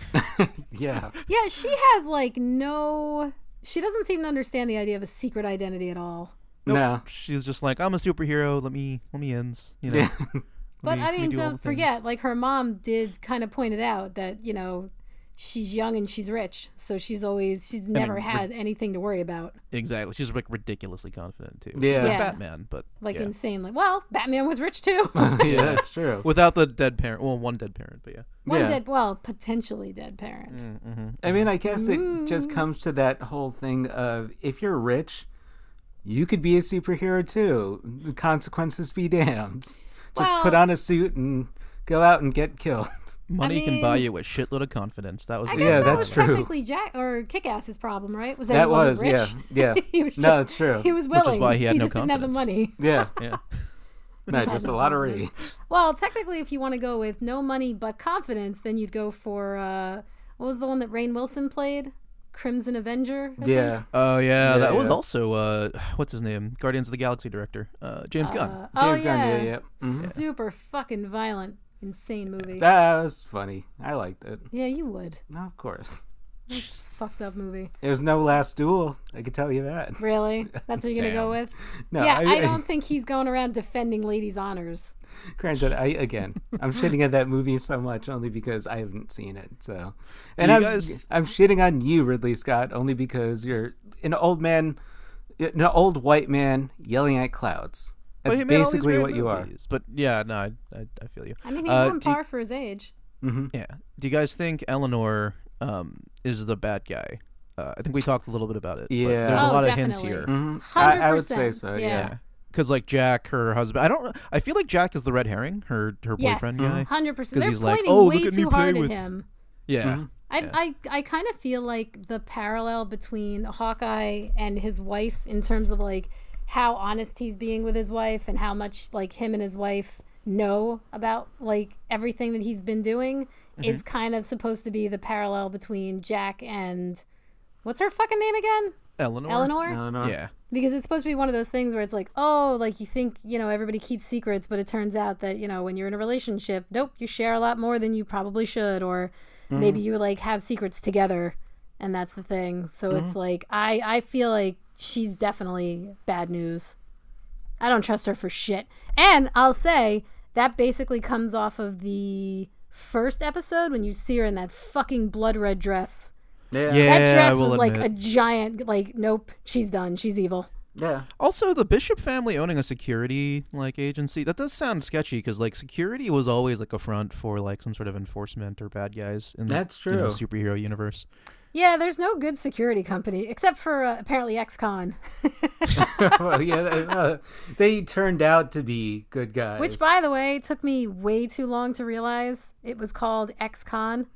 C: Yeah,
D: Yeah, she has, like, no. She doesn't seem to understand the idea of a secret identity at all.
C: no,
B: She's just like, "I'm a superhero. Let me, let me in." You know.
C: Yeah.
B: Let
D: But,
B: me-
D: I
B: let me
D: mean,
B: do all the things."
D: don't forget, like, her mom did kind of point it out that, you know, she's young and she's rich. So she's always, she's never
B: rid-
D: had anything to worry about.
B: Exactly. She's like ridiculously confident too.
C: Yeah.
B: She's like
D: Yeah.
B: Batman, but
D: Like,
B: yeah.
D: insanely. Well, Batman was rich too.
C: yeah, that's true.
B: without the dead parent. Well, one dead parent, but yeah.
D: One
C: Yeah.
D: dead, well, potentially dead parent.
C: Mm. I mean, I guess it just comes to that whole thing of if you're rich, you could be a superhero too. The Consequences be damned. Just put
D: Well-
C: on a suit and go out and get killed.
B: Money can buy
D: mean-
B: you a shitload of confidence. That was
D: I
B: the
D: guess
C: Yeah,
D: that
C: that's
D: was
C: true.
D: technically Jack or Kick-Ass's problem, right? Was that,
C: That
D: he wasn't
C: was,
D: rich?
C: yeah, yeah.
D: he was just,
C: No, it's true.
D: He was
B: Which
D: willing.
B: is why he had no
D: just didn't have the
B: confidence.
D: money.
C: Yeah,
B: yeah.
C: no, just a lot of rage.
D: Well, technically, if you want to go with no money but confidence, then you'd go for uh, what was the one that Rain Wilson played? Crimson Avenger. I think?
C: Yeah.
B: Oh yeah, that was
C: yeah.
B: also uh, what's his name? Guardians of the Galaxy director, uh, James Gunn.
D: Oh
C: James Gunn,
D: yeah.
C: yeah, yeah. Mhm.
D: Super fucking violent, insane movie.
C: That was funny. I liked it.
D: yeah, you would.
C: No, of course.
D: Fucked up movie.
C: There's no last duel. I can tell you that.
D: Really? That's what you're gonna go with?
C: No,
D: yeah, I don't think he's going around defending ladies' honors.
C: Granted, I again, I'm shitting at that movie so much only because I haven't seen it. So, and
B: you
C: I'm
B: guys-
C: I'm shitting on you, Ridley Scott, only because you're an old man, an old white man yelling at clouds. That's
B: he made all these
C: basically
B: weird
C: what you are.
B: movies. But yeah, no, I, I, I feel you.
D: I mean, he's
B: Uh,
D: on
B: do you-
D: par for his age.
B: yeah. Do you guys think Eleanor um, is the bad guy? Uh, I think we talked a little bit about it. but
C: Yeah.
B: there's a
D: Oh,
B: lot of hints
D: definitely.
B: here.
C: Mhm. I,
D: Hundred
C: I would say so.
D: Yeah.
C: Yeah.
B: Because like Jack, her husband. I don't. I feel like Jack is the red herring. Her her
D: Yes,
B: boyfriend guy.
C: Mm-hmm.
D: hundred percent.
B: 'Cause
D: They're
B: he's like,
D: pointing
B: "Oh,
D: way
B: look at me
D: too hard
B: play with-
D: at him.
B: Yeah.
C: Mm-hmm.
D: I, I, I kind of feel like the parallel between Hawkeye and his wife in terms of like how honest he's being with his wife and how much like him and his wife know about like everything that he's been doing is kind of supposed to be the parallel between Jack and what's her fucking name again?
B: Eleanor.
D: Eleanor?
C: No, no.
B: Yeah.
D: because it's supposed to be one of those things where it's like oh like you think you know everybody keeps secrets but it turns out that you know when you're in a relationship nope you share a lot more than you probably should or
B: Mm-hmm.
D: maybe you like have secrets together and that's
B: Mm-hmm.
D: the thing so it's like i i feel like she's definitely bad news I don't trust her for shit. And I'll say that basically comes off of the first episode when you see her in that fucking blood red dress.
C: Yeah.
B: Yeah.
D: that dress
B: I will
D: was like a
B: admit.
D: giant like nope, she's done. She's evil.
C: Yeah.
B: Also, the Bishop family owning a security like agency that does sound sketchy because like security was always like a front for like some sort of enforcement or bad guys in
C: That's
B: the you know,
C: true.
B: superhero universe.
D: Yeah, there's no good security company except for uh, apparently XCon,
C: well, yeah. They, uh, they turned out to be good guys.
D: which by the way took me way too long to realize it was called XCon.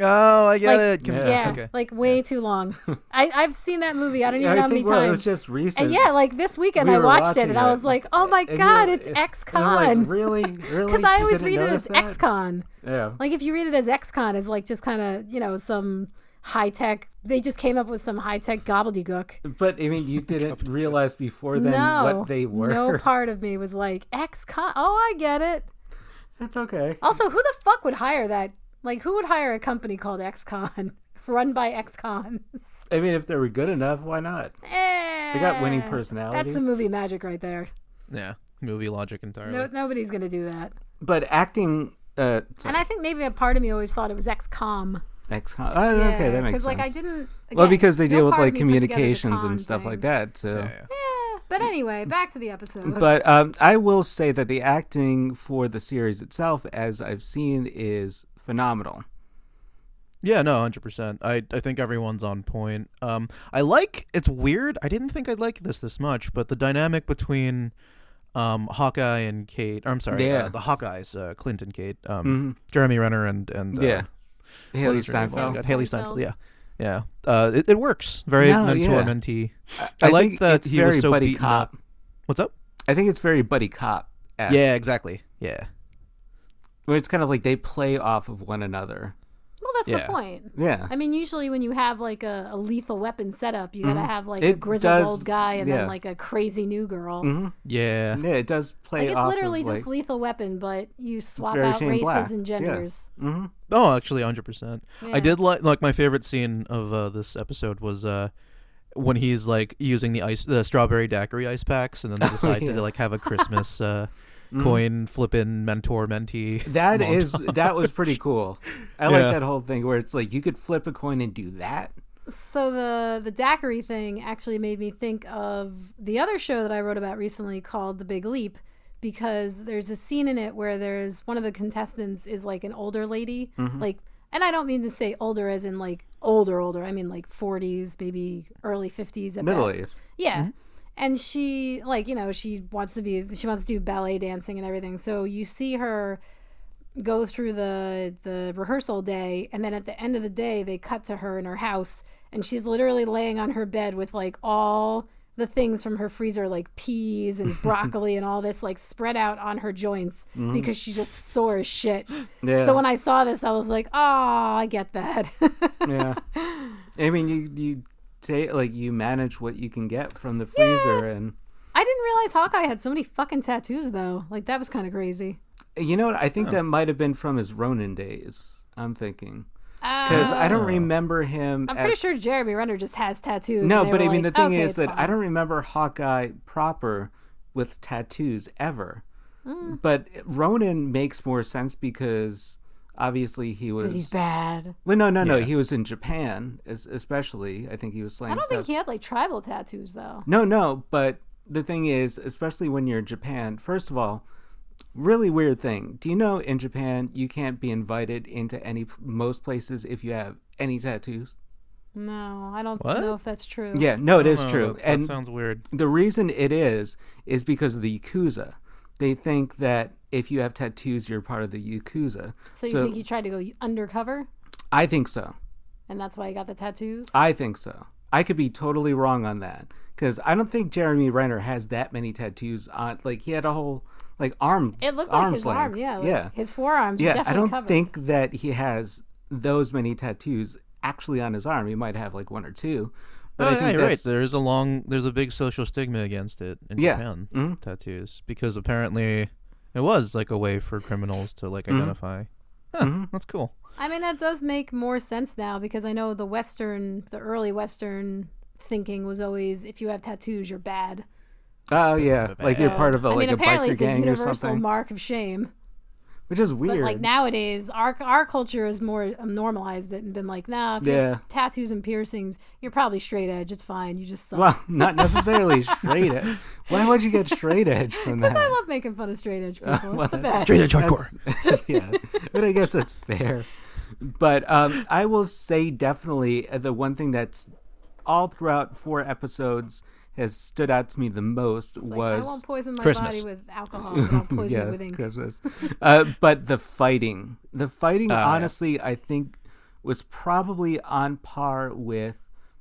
B: Oh, I get
D: Like,
B: it. Com-
C: Yeah.
D: yeah,
B: Okay.
D: like way too long. I I've seen that movie. I don't even
C: I
D: know how
C: think
D: many
C: well, it was
D: times.
C: just recent.
D: And yeah, like this weekend
C: we
D: I
C: were
D: watched it
C: watching
D: and I was like, oh my
C: and you-
D: god, it's
C: and
D: XCon.
C: I'm like, really, really.
D: Because I
C: You
D: always
C: didn't
D: read it
C: notice
D: as
C: that?
D: XCon.
C: Yeah.
D: Like if you read it as XCon, it's like just kind of you know some high tech. They just came up with some high tech gobbledygook.
C: But I mean, you didn't realize before then
D: no,
C: what they were.
D: no part of me was like XCon. Oh, I get it.
C: That's okay.
D: Also, who the fuck would hire that? Like, who would hire a company called XCon, run by XCons?
C: I mean, if they were good enough, why not? They got winning
D: Eh, That's
C: personalities.
D: some movie magic right there.
B: Yeah. Movie logic entirely.
D: No, nobody's gonna do that.
C: But acting. Uh,
D: And I think maybe a part of me always thought it was XCom.
C: XCon. Oh, okay, that makes sense.
D: Because like I didn't.
C: well,
D: again,
C: because they
D: no
C: deal with
D: part of
C: like
D: me put together the
C: communications
D: con
C: and stuff
D: thing.
C: like that. So.
B: Yeah, yeah.
D: Yeah, but anyway, back to the episode.
C: But um, I will say that the acting for the series itself, as I've seen, is phenomenal.
B: Yeah, no, hundred percent. I I think everyone's on point. Um, I like it's weird. I didn't think I'd like this this much, but the dynamic between, um, Hawkeye and Kate. Or, I'm sorry, uh,
C: Yeah. Mm-hmm.
B: the Hawkeyes, uh, Clint and Kate, um, Jeremy Renner and and uh,
C: yeah.
B: what
C: Haley
B: is her name? Oh my
C: Steinfeld.
B: God, Haley Steinfeld. Yeah, yeah. Uh, it, it works very
C: No,
B: mentor
C: yeah.
B: mentee. I,
C: I
B: like
C: think
B: that
C: it's
B: he
C: very
B: was so
C: buddy
B: beaten
C: cop.
B: up. What's up?
C: I think it's very buddy cop.
B: Yeah, exactly. Yeah,
C: Where it's kind of like they play off of one another.
D: well, that's
B: yeah.
D: the point.
C: Yeah.
D: I mean, usually when you have like a, a lethal weapon setup, you gotta have like a
C: Mm-hmm. It
D: grizzled
C: does-
D: old guy and
C: yeah.
D: then like a crazy new girl.
B: yeah.
C: yeah, it does play
D: Like it's
C: off
D: literally
C: of
D: just
C: like,
D: lethal weapon, but you swap
C: very
D: out
C: Shane
D: races
C: Black.
D: and
C: Yeah.
D: genders.
B: Oh, actually, hundred percent.
D: Yeah.
B: I did like like my favorite scene of uh, this episode was uh, when he's like using the ice, the strawberry daiquiri ice packs, and then they decide
C: Oh, yeah. Mm.
B: to like have a Christmas uh, coin flippin' mentor mentee.
C: that is that was pretty cool. I like
B: Yeah.
C: that whole thing where it's like you could flip a coin and do that.
D: So the the daiquiri thing actually made me think of the other show that I wrote about recently called The Big Leap because there's a scene in it where there's one of the contestants is like an older lady,
C: Mm-hmm.
D: like and I don't mean to say older as in like older older. I mean like 40s, maybe early 50s at
C: Middle
D: best.
C: age. Mm-hmm.
D: Yeah. And she like, you know, she wants to be she wants to do ballet dancing and everything. So you see her go through the the rehearsal day and then at the end of the day they cut to her in her house and she's literally laying on her bed with like all the things from her freezer like peas and broccoli and all this like spread out on her joints because she's just sore as shit.
C: Mm-hmm. Yeah.
D: So when I saw this I was like, "Ah, I get that."
C: yeah. I mean, you you take like you manage what you can get from the freezer, and
D: I didn't realize Hawkeye had so many fucking tattoos though. Like that was kind of crazy.
C: you know what? I think that might have been from his Ronin days. I'm thinking because I don't remember him.
D: Uh, I'm pretty
C: as-
D: sure Jeremy Renner just has tattoos.
C: No,
D: and they
C: but
D: were
C: I mean, the
D: like,
C: thing
D: "Okay,
C: is
D: it's
C: that I
D: fine."
C: don't remember Hawkeye proper with tattoos ever.
D: Mm.
C: But Ronan makes more sense because obviously he was.
D: He's bad.
C: Well, no, no, no. He was in Japan, es- especially. I think he was slaying
D: I don't
C: stuff.
D: think he had like tribal tattoos though.
C: No, no, but the thing is, especially when you're in Japan, first of all, really weird thing. Do you know in Japan you can't be invited into any most places if you have any tattoos?
D: No, I don't
B: What?
D: know if that's true.
C: Yeah, no, it is
B: Oh,
C: true.
B: That, that
C: and
B: sounds weird.
C: the reason it is is because of the yakuza. They think that if you have tattoos, you're part of the yakuza.
D: So you think he tried to go undercover,
C: I think so.
D: and that's why he got the tattoos?
C: I think so. I could be totally wrong on that because I don't think Jeremy Renner has that many tattoos on. Like he had a whole like arm.
D: it looked like
C: arm
D: his
C: sling.
D: arm. Yeah, like,
C: yeah,
D: His forearms. Were
C: yeah. I
D: definitely
C: don't
D: covered.
C: think that he has those many tattoos actually on his arm. He might have like one or two, but
B: oh,
C: I
B: yeah,
C: think
B: you're right.
C: that's
B: There's a long, there's a big social stigma against it in
C: Yeah.
B: Japan, tattoos, because apparently it was like a way for criminals to like identify. Huh, That's cool.
D: I mean, that does make more sense now because I know the Western, the early Western thinking was always if you have tattoos, you're bad.
C: Oh yeah, like you're part of a,
D: I
C: like
D: mean,
C: a
D: apparently
C: biker
D: it's a
C: gang or
D: universal
C: something,
D: mark of shame.
C: which is weird.
D: But like nowadays, our our culture has more um, normalized it and been like, nah, if you
C: Yeah.
D: have tattoos and piercings, you're probably straight edge. It's fine. You just suck.
C: well, not necessarily straight edge. Why would you get straight edge from that?
D: I love making fun of straight edge people.
C: well,
D: it's the best.
B: Straight edge hardcore.
C: yeah, but I guess that's fair. But um, I will say definitely uh, the one thing that's all throughout four episodes has stood out to me the most
D: Like, I
C: was
D: won't poison my
B: Christmas.
D: body with alcohol. but I'll poison it with ink.
C: Christmas. uh, but the fighting, the fighting,
B: Uh, yeah.
C: honestly, I think was probably on par with.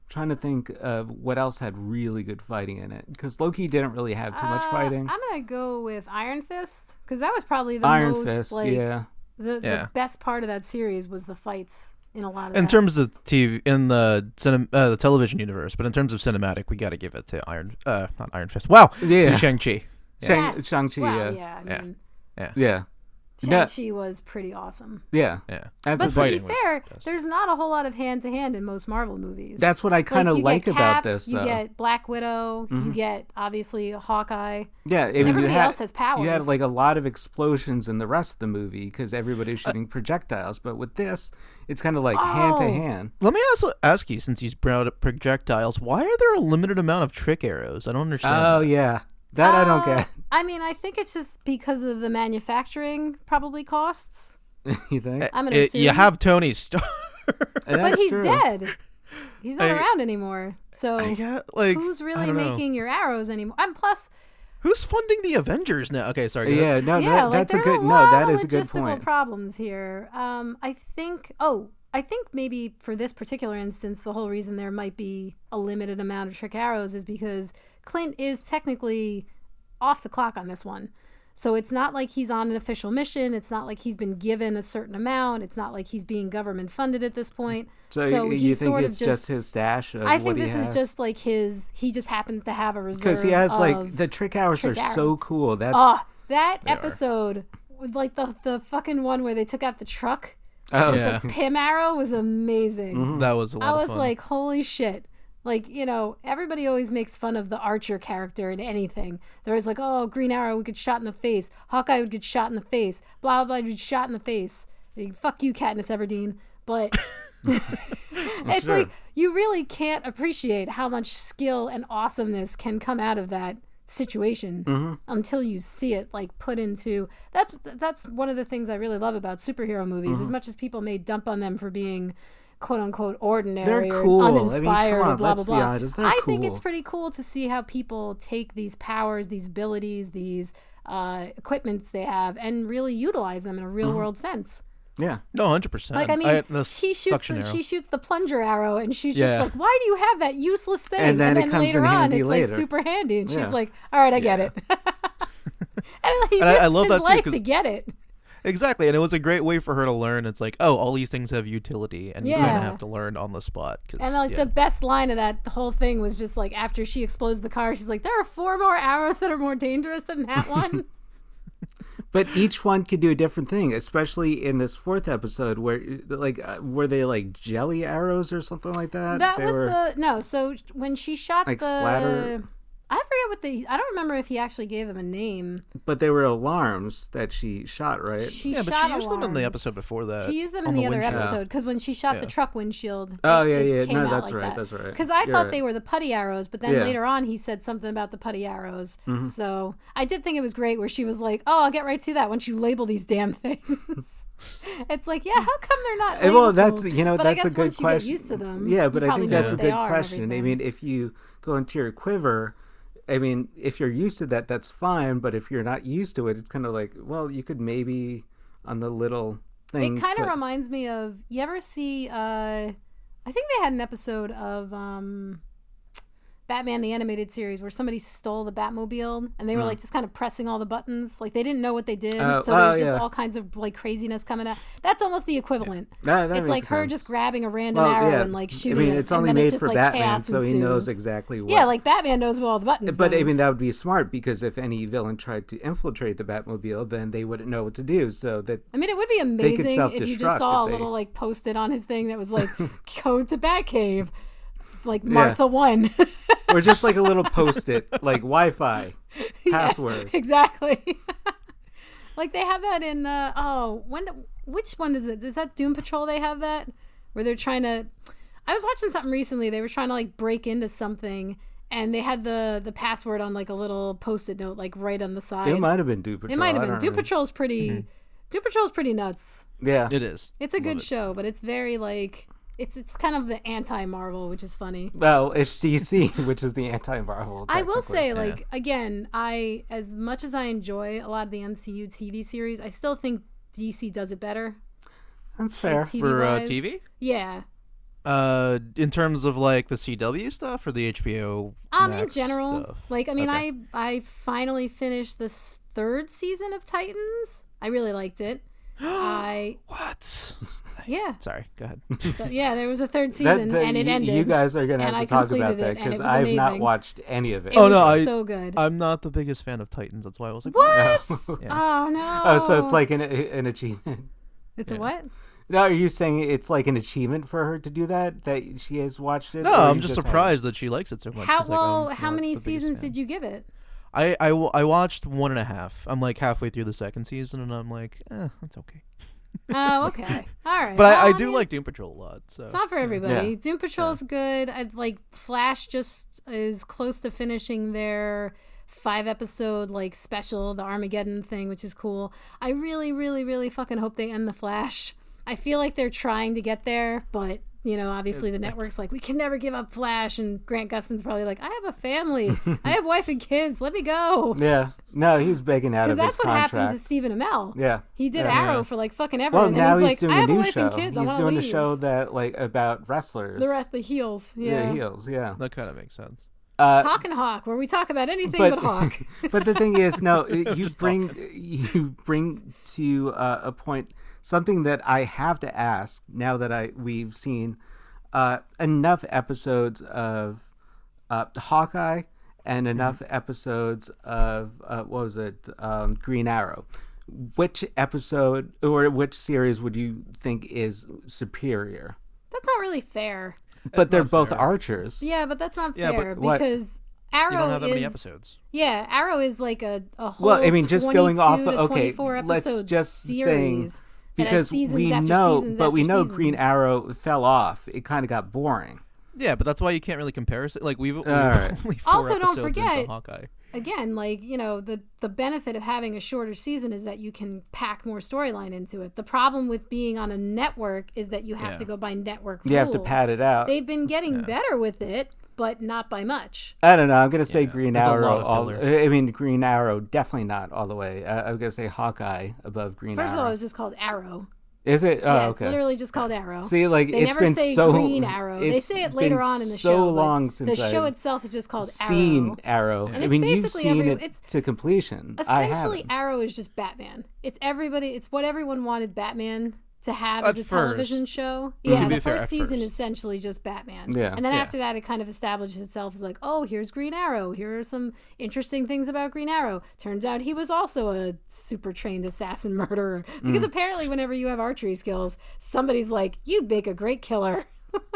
C: Trying to think of what else had really good fighting in it because Loki didn't really have too much
D: Uh,
C: fighting.
D: I'm gonna go with Iron Fist because that was probably the
C: Iron
D: most
C: Fist,
D: like
C: yeah,
D: the, the
B: Yeah.
D: best part of that series was the fights in a lot of
B: In
D: that.
B: terms of TV, in the cinem- uh, the television universe, but in terms of cinematic, we got to give it to Iron, uh, not Iron Fist. Wow,
C: Yeah.
B: to Shang Chi.
C: Shang
D: Yes.
C: Shang Chi,
D: Well,
C: yeah,
D: yeah. I
B: Yeah.
D: mean,
C: yeah, No.
D: Shang Chi was pretty awesome.
C: yeah.
B: Yeah,
C: That's
D: But
C: the
D: to be
B: fighting was
D: fair,
B: the best.
D: there's not a whole lot of hand to hand in most Marvel movies.
C: That's what I kind of
D: you
C: like,
D: get
C: about
D: Cap,
C: this,
D: You
C: though. Mm-hmm.
D: get Black Widow. You get obviously Hawkeye.
C: yeah, I mean, you
D: Everybody
C: had,
D: else has
C: You had
D: powers.
C: like a lot of explosions in the rest of the movie because everybody's
D: Uh,
C: shooting projectiles, but with this, it's kind of like hand to
D: Oh.
C: hand.
B: Let me also ask you, since you brought up projectiles, why are there a limited amount of trick arrows? I don't understand.
C: Oh yeah, that I don't
D: Uh,
C: get.
D: I mean, I think it's just because of the manufacturing probably costs.
C: you think?
D: I'm gonna
B: It-
D: assume.
B: you have Tony Stark.
D: but he's dead. He's not
B: I-
D: around anymore. So
B: yeah, like
D: who's
B: I
D: really
B: don't know.
D: making your arrows anymore? And plus,
B: Who's funding the Avengers now? Okay, sorry. go ahead.
C: Yeah, no,
D: yeah,
C: that,
D: like
C: that's a
D: there are
C: good.
D: a
C: No,
D: lot
C: that
D: of
C: is a good
D: logistical
C: point.
D: problems here. Um, I think. Oh, I think maybe for this particular instance, the whole reason there might be a limited amount of trick arrows is because Clint is technically off the clock on this one. So it's not like he's on an official mission. It's not like he's been given a certain amount. It's not like he's being government funded at this point.
C: so y- you
D: he's
C: think
D: sort
C: it's
D: of
C: just, his stash of
D: I
C: what
D: think
C: he
D: this
C: has?
D: is just like his. He just happens to have a reserve.
C: because he has like
D: of-
C: the trick hours
D: trick
C: are
D: arrows.
C: so cool. That's
D: Ah, that episode, with like the the fucking one where they took out the truck,
C: oh
B: Yeah.
D: Pim arrow was amazing.
B: that was Mhm. Mm-hmm. a lot
D: I
B: of
D: was
B: fun.
D: like, holy shit. Like, you know, everybody always makes fun of the archer character in anything. They're always like, oh, Green Arrow would get shot in the face. Hawkeye would get shot in the face. Blah, blah, blah, would get shot in the face. Like, Fuck you, Katniss Everdeen. But it's
C: Sure.
D: like, you really can't appreciate how much skill and awesomeness can come out of that situation
C: Mm-hmm.
D: until you see it like put into that's that's one of the things i really love about superhero movies
C: Mm-hmm.
D: as much as people may dump on them for being quote unquote ordinary
C: They're
D: or
C: cool. I mean, come
D: uninspired
C: on,
D: or blah
C: let's
D: blah
C: be
D: blah
C: honest, they're
D: i think it's
C: cool.
D: pretty cool to see how people take these powers these abilities these uh, equipments they have and really utilize them in a
C: Mm-hmm.
D: real world sense
C: yeah.
B: no, hundred percent.
D: like i mean he shoots the,
B: arrow.
D: she shoots the plunger arrow and she's
B: Yeah.
D: just like why do you have that useless thing
C: And then it comes
D: later
C: in
D: on
C: handy
D: it's
C: later.
D: like super handy and
C: Yeah.
D: she's like all right i get it and like, he
B: And I- I
D: risks
B: love
D: his
B: that too,
D: life
B: 'cause-
D: to get it
B: Exactly, and it was a great way for her to learn. It's like, oh, all these things have utility, and you kind
D: Yeah.
B: of have to learn on the spot. 'cause,
D: And like
B: yeah.
D: the best line of that whole thing was just like after she explodes the car, she's like, "There are four more arrows that are more dangerous than that one."
C: but each one could do a different thing especially in this fourth episode where like uh, were they like jelly arrows or something like that
D: that
C: They
D: was
C: were-
D: the no. So when she shot
C: Like
D: the,
C: splatter-
D: I forget what the. I don't remember if he actually gave them a name.
C: but they were alarms that she shot right
D: She
B: yeah,
D: shot
B: but she used them in the
D: alarms.
B: episode before that.
D: She used them in
B: on
D: the, other
B: windshield.
D: episode because when she shot the
B: Yeah.
D: truck windshield.
C: Oh,
D: it-
C: yeah,
D: it
C: yeah.
D: came
C: No,
D: out
C: that's
D: like
C: right,
D: that.
C: that's right.
D: Because I
C: You're
D: thought
C: right.
D: they were the putty arrows, but then
C: Yeah. Mm-hmm.
D: later on he said something about the putty arrows. So I did think it was great where she was like, "Oh, I'll get right to that once you label these damn things." it's like, yeah, how come they're not?
C: Eh, well
D: labeled?
C: that's you know
D: But I
C: that's a
D: guess
C: good
D: once you get
C: question
D: used to them,
C: yeah
D: you
C: but i
D: probably
C: think
D: know
C: that's a
D: what they
C: good
D: are and
C: question i
D: everything.
C: mean if you go into your quiver i mean if you're used to that that's fine but if you're not used to it it's kind of like well you could maybe on the little thing
D: It kind of
C: put-
D: reminds me of you ever see? uh I think they had an episode of um Batman the animated series where somebody stole the Batmobile and they were like just kind of pressing all the buttons, like they didn't know what they did,
C: Mm. Oh,
D: so there
C: oh,
D: was just
C: yeah.
D: all kinds of like craziness coming out. That's almost the equivalent.
C: Ah, that
D: It's like
C: makes
D: her
C: sense.
D: just grabbing a random arrow and like shooting.
C: I mean,
D: it,
C: it's
D: and
C: only
D: then
C: made
D: just,
C: for
D: like,
C: Batman,
D: chaos
C: so he
D: ensues.
C: knows exactly what.
D: Yeah, like Batman knows where all the buttons.
C: But I
D: is.
C: mean, that would be smart because if any villain tried to infiltrate the Batmobile, then they wouldn't know what to do. So that
D: I mean, it would be
C: could
D: amazing if you
C: self-destruct
D: just saw
C: if
D: a
C: they-
D: little like posted on his thing that was like "Code to Batcave," like Martha One.
C: or just like a little post-it, like Wi-Fi password.
D: exactly. like they have that in uh, oh when which one is it? Is that Doom Patrol? They have that where they're trying to. I was watching something recently. They were trying to like break into something, and they had the the password on like a little post-it note, like right on the side.
C: It might have been Doom Patrol.
D: It might have
C: I
D: been.
C: don't
D: Doom
C: remember. Mm-hmm.
D: Patrol's pretty. Doom Patrol's pretty nuts.
C: Yeah.
B: It is.
D: It's a good show, but it's very like it's it's kind of the anti-Marvel, which is funny.
C: Well, it's DC, which is the anti-Marvel.
D: I will
C: technically.
D: say, like again, I as much as I enjoy a lot of the MCU TV series, I still think DC does it better.
C: that's
D: like,
C: fair.
D: TV
B: For uh,
D: wise.
B: TV?
D: Yeah.
B: Uh, in terms of like the CW stuff or the HBO?
D: Um, in
B: Max
D: general,
B: stuff?
D: like I mean,
B: Okay.
D: I I finally finished this third season of Titans. I really liked it. I
B: what?
D: yeah.
B: Sorry, go ahead.
D: So yeah, there was a third
C: That-
D: season
C: that-
D: and it
C: you-
D: ended.
C: You guys are gonna
D: and
C: have to
D: I
C: talk
D: completed
C: about that
D: it, and it
C: because
D: was
C: I've not
D: amazing.
C: watched any of it.
D: It
B: Oh,
D: was
B: no, I-
D: so good.
B: I'm not the biggest fan of Titans. That's why I was like,
D: what?
B: Yeah.
D: Oh no.
C: Oh, so it's like an an achievement.
D: it's a what?
C: Now, are you saying it's like an achievement for her to do that? That she has watched it?
B: No,
C: or
B: I'm
C: you
B: just
C: haven't?
B: surprised that she likes it so much.
D: How
B: 'cause, like,
D: well?
B: I'm
D: How
B: not
D: many
B: the biggest
D: seasons
B: fan.
D: did you give it?
B: I, I, w- I watched one and a half. I'm like halfway through the second season, and I'm like, eh, that's okay.
D: Oh, okay. All right.
B: But
D: Well,
B: I, I do
D: mean,
B: like Doom Patrol a lot. So
D: It's not for everybody.
C: Yeah.
D: Doom Patrol's good. I like Flash just is close to finishing their five episode like special, the Armageddon thing, which is cool. I really, really, really fucking hope they end the Flash. I feel like they're trying to get there, but you know, obviously the network's like, we can never give up Flash, and Grant Gustin's probably like, I have a family, I have wife and kids, let me go,
C: Yeah. No, he's begging out
D: because
C: of
D: that's
C: his
D: what
C: contract.
D: happened to Stephen Amell.
C: Yeah.
D: He did
C: Yeah.
D: Arrow for like fucking ever,
C: Well,
D: and
C: now
D: he's,
C: he's,
D: like,
C: doing
D: I
C: a
D: have a
C: new
D: wife
C: show.
D: and kids. I
C: he's
D: wanna
C: doing
D: leave.
C: a show that like about wrestlers.
D: The rest, the heels.
C: Yeah,
D: Yeah.
C: heels. Yeah.
B: that kind of makes sense.
C: Uh,
D: Hawk and Hawk, where we talk about anything but, Hawk.
C: but the thing is, no, you bring you bring to uh, a point something that I have to ask now that I we've seen uh, enough episodes of uh, Hawkeye and enough episodes of uh, what was it um, Green Arrow. Which episode or which series would you think is superior?
D: that's not really fair.
C: but they're both archers.
D: Yeah, but that's not
B: Yeah, but
D: fair
C: what-
D: because Arrow
B: You don't have that
D: is
B: many episodes.
D: yeah, Arrow is like a, a whole.
C: Well, I mean, just going off.
D: 22 to
C: Okay,
D: 24
C: let's
D: episode
C: just
D: series
C: saying
D: that
C: because
D: has seasons
C: we
D: after
C: know,
D: seasons
C: but
D: after
C: we know
D: seasons.
C: Green Arrow fell off. It kind of got boring.
B: Yeah, but that's why you can't really compare it. Like we've, we've
C: right.
B: only four
D: Also, don't
B: episodes into
D: forget-
B: Hawkeye.
D: Again, like you know, the the benefit of having a shorter season is that you can pack more storyline into it. The problem with being on a network is that you have
B: Yeah.
D: to go by network.
C: You have to
D: rules.
C: pad it out.
D: They've been getting better with it, but not by much.
C: I don't know. I'm gonna say Green
B: there's a
C: Arrow.
B: lot of
C: All,
B: filler.
C: I mean, Green Arrow definitely not all the way. Uh, I'm gonna say Hawkeye above Green
D: First
C: Arrow.
D: of all, it was just called Arrow.
C: is it? Oh,
D: yeah, it's
C: okay.
D: literally just called Arrow.
C: See, like
D: they
C: it's
D: never
C: been
D: say
C: so
D: Green Arrow. They
C: it's
D: say it later
C: been
D: on in the
C: so
D: show. but
C: long since
D: the show
C: I've
D: itself is just called
C: seen Arrow.
D: Arrow. And
C: I
D: it's
C: mean, you've
D: basically
C: seen
D: every-
C: it
D: it's-
C: to completion. I
D: Essentially,
C: haven't.
D: Arrow is just Batman. It's everybody. It's what everyone wanted Batman to have
B: At
D: as a television
B: first.
D: show. Yeah,
B: be
D: the
B: fair,
D: first
B: at
D: season
B: first.
D: is essentially just Batman.
C: Yeah.
D: and then
B: Yeah.
D: after that, it kind of establishes itself as like, oh, here's Green Arrow. Here are some interesting things about Green Arrow. Turns out he was also a super trained assassin murderer because
B: Mm.
D: apparently, whenever you have archery skills, somebody's like, you'd make a great killer.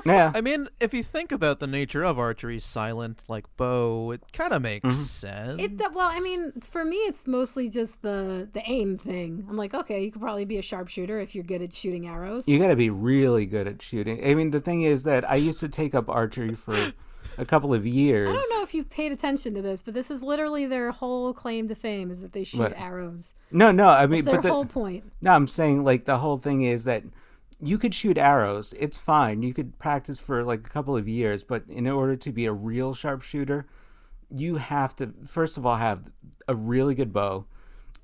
C: Yeah.
B: I mean, if you think about the nature of archery, silent like bow, it kind of
C: Mm-hmm.
B: makes sense.
D: It do- well, I mean, for me, it's mostly just the the aim thing. I'm like, okay, you could probably be a sharpshooter if you're good at shooting arrows.
C: You got to be really good at shooting. I mean, the thing is that I used to take up archery for a couple of years.
D: I don't know if you've paid attention to this, but this is literally their whole claim to fame is that they shoot
C: What?
D: arrows.
C: No, no. I mean,
D: Their
C: but the,
D: whole point.
C: no, I'm saying like the whole thing is that you could shoot arrows. It's fine. You could practice for like a couple of years, but in order to be a real sharpshooter, you have to first of all have a really good bow,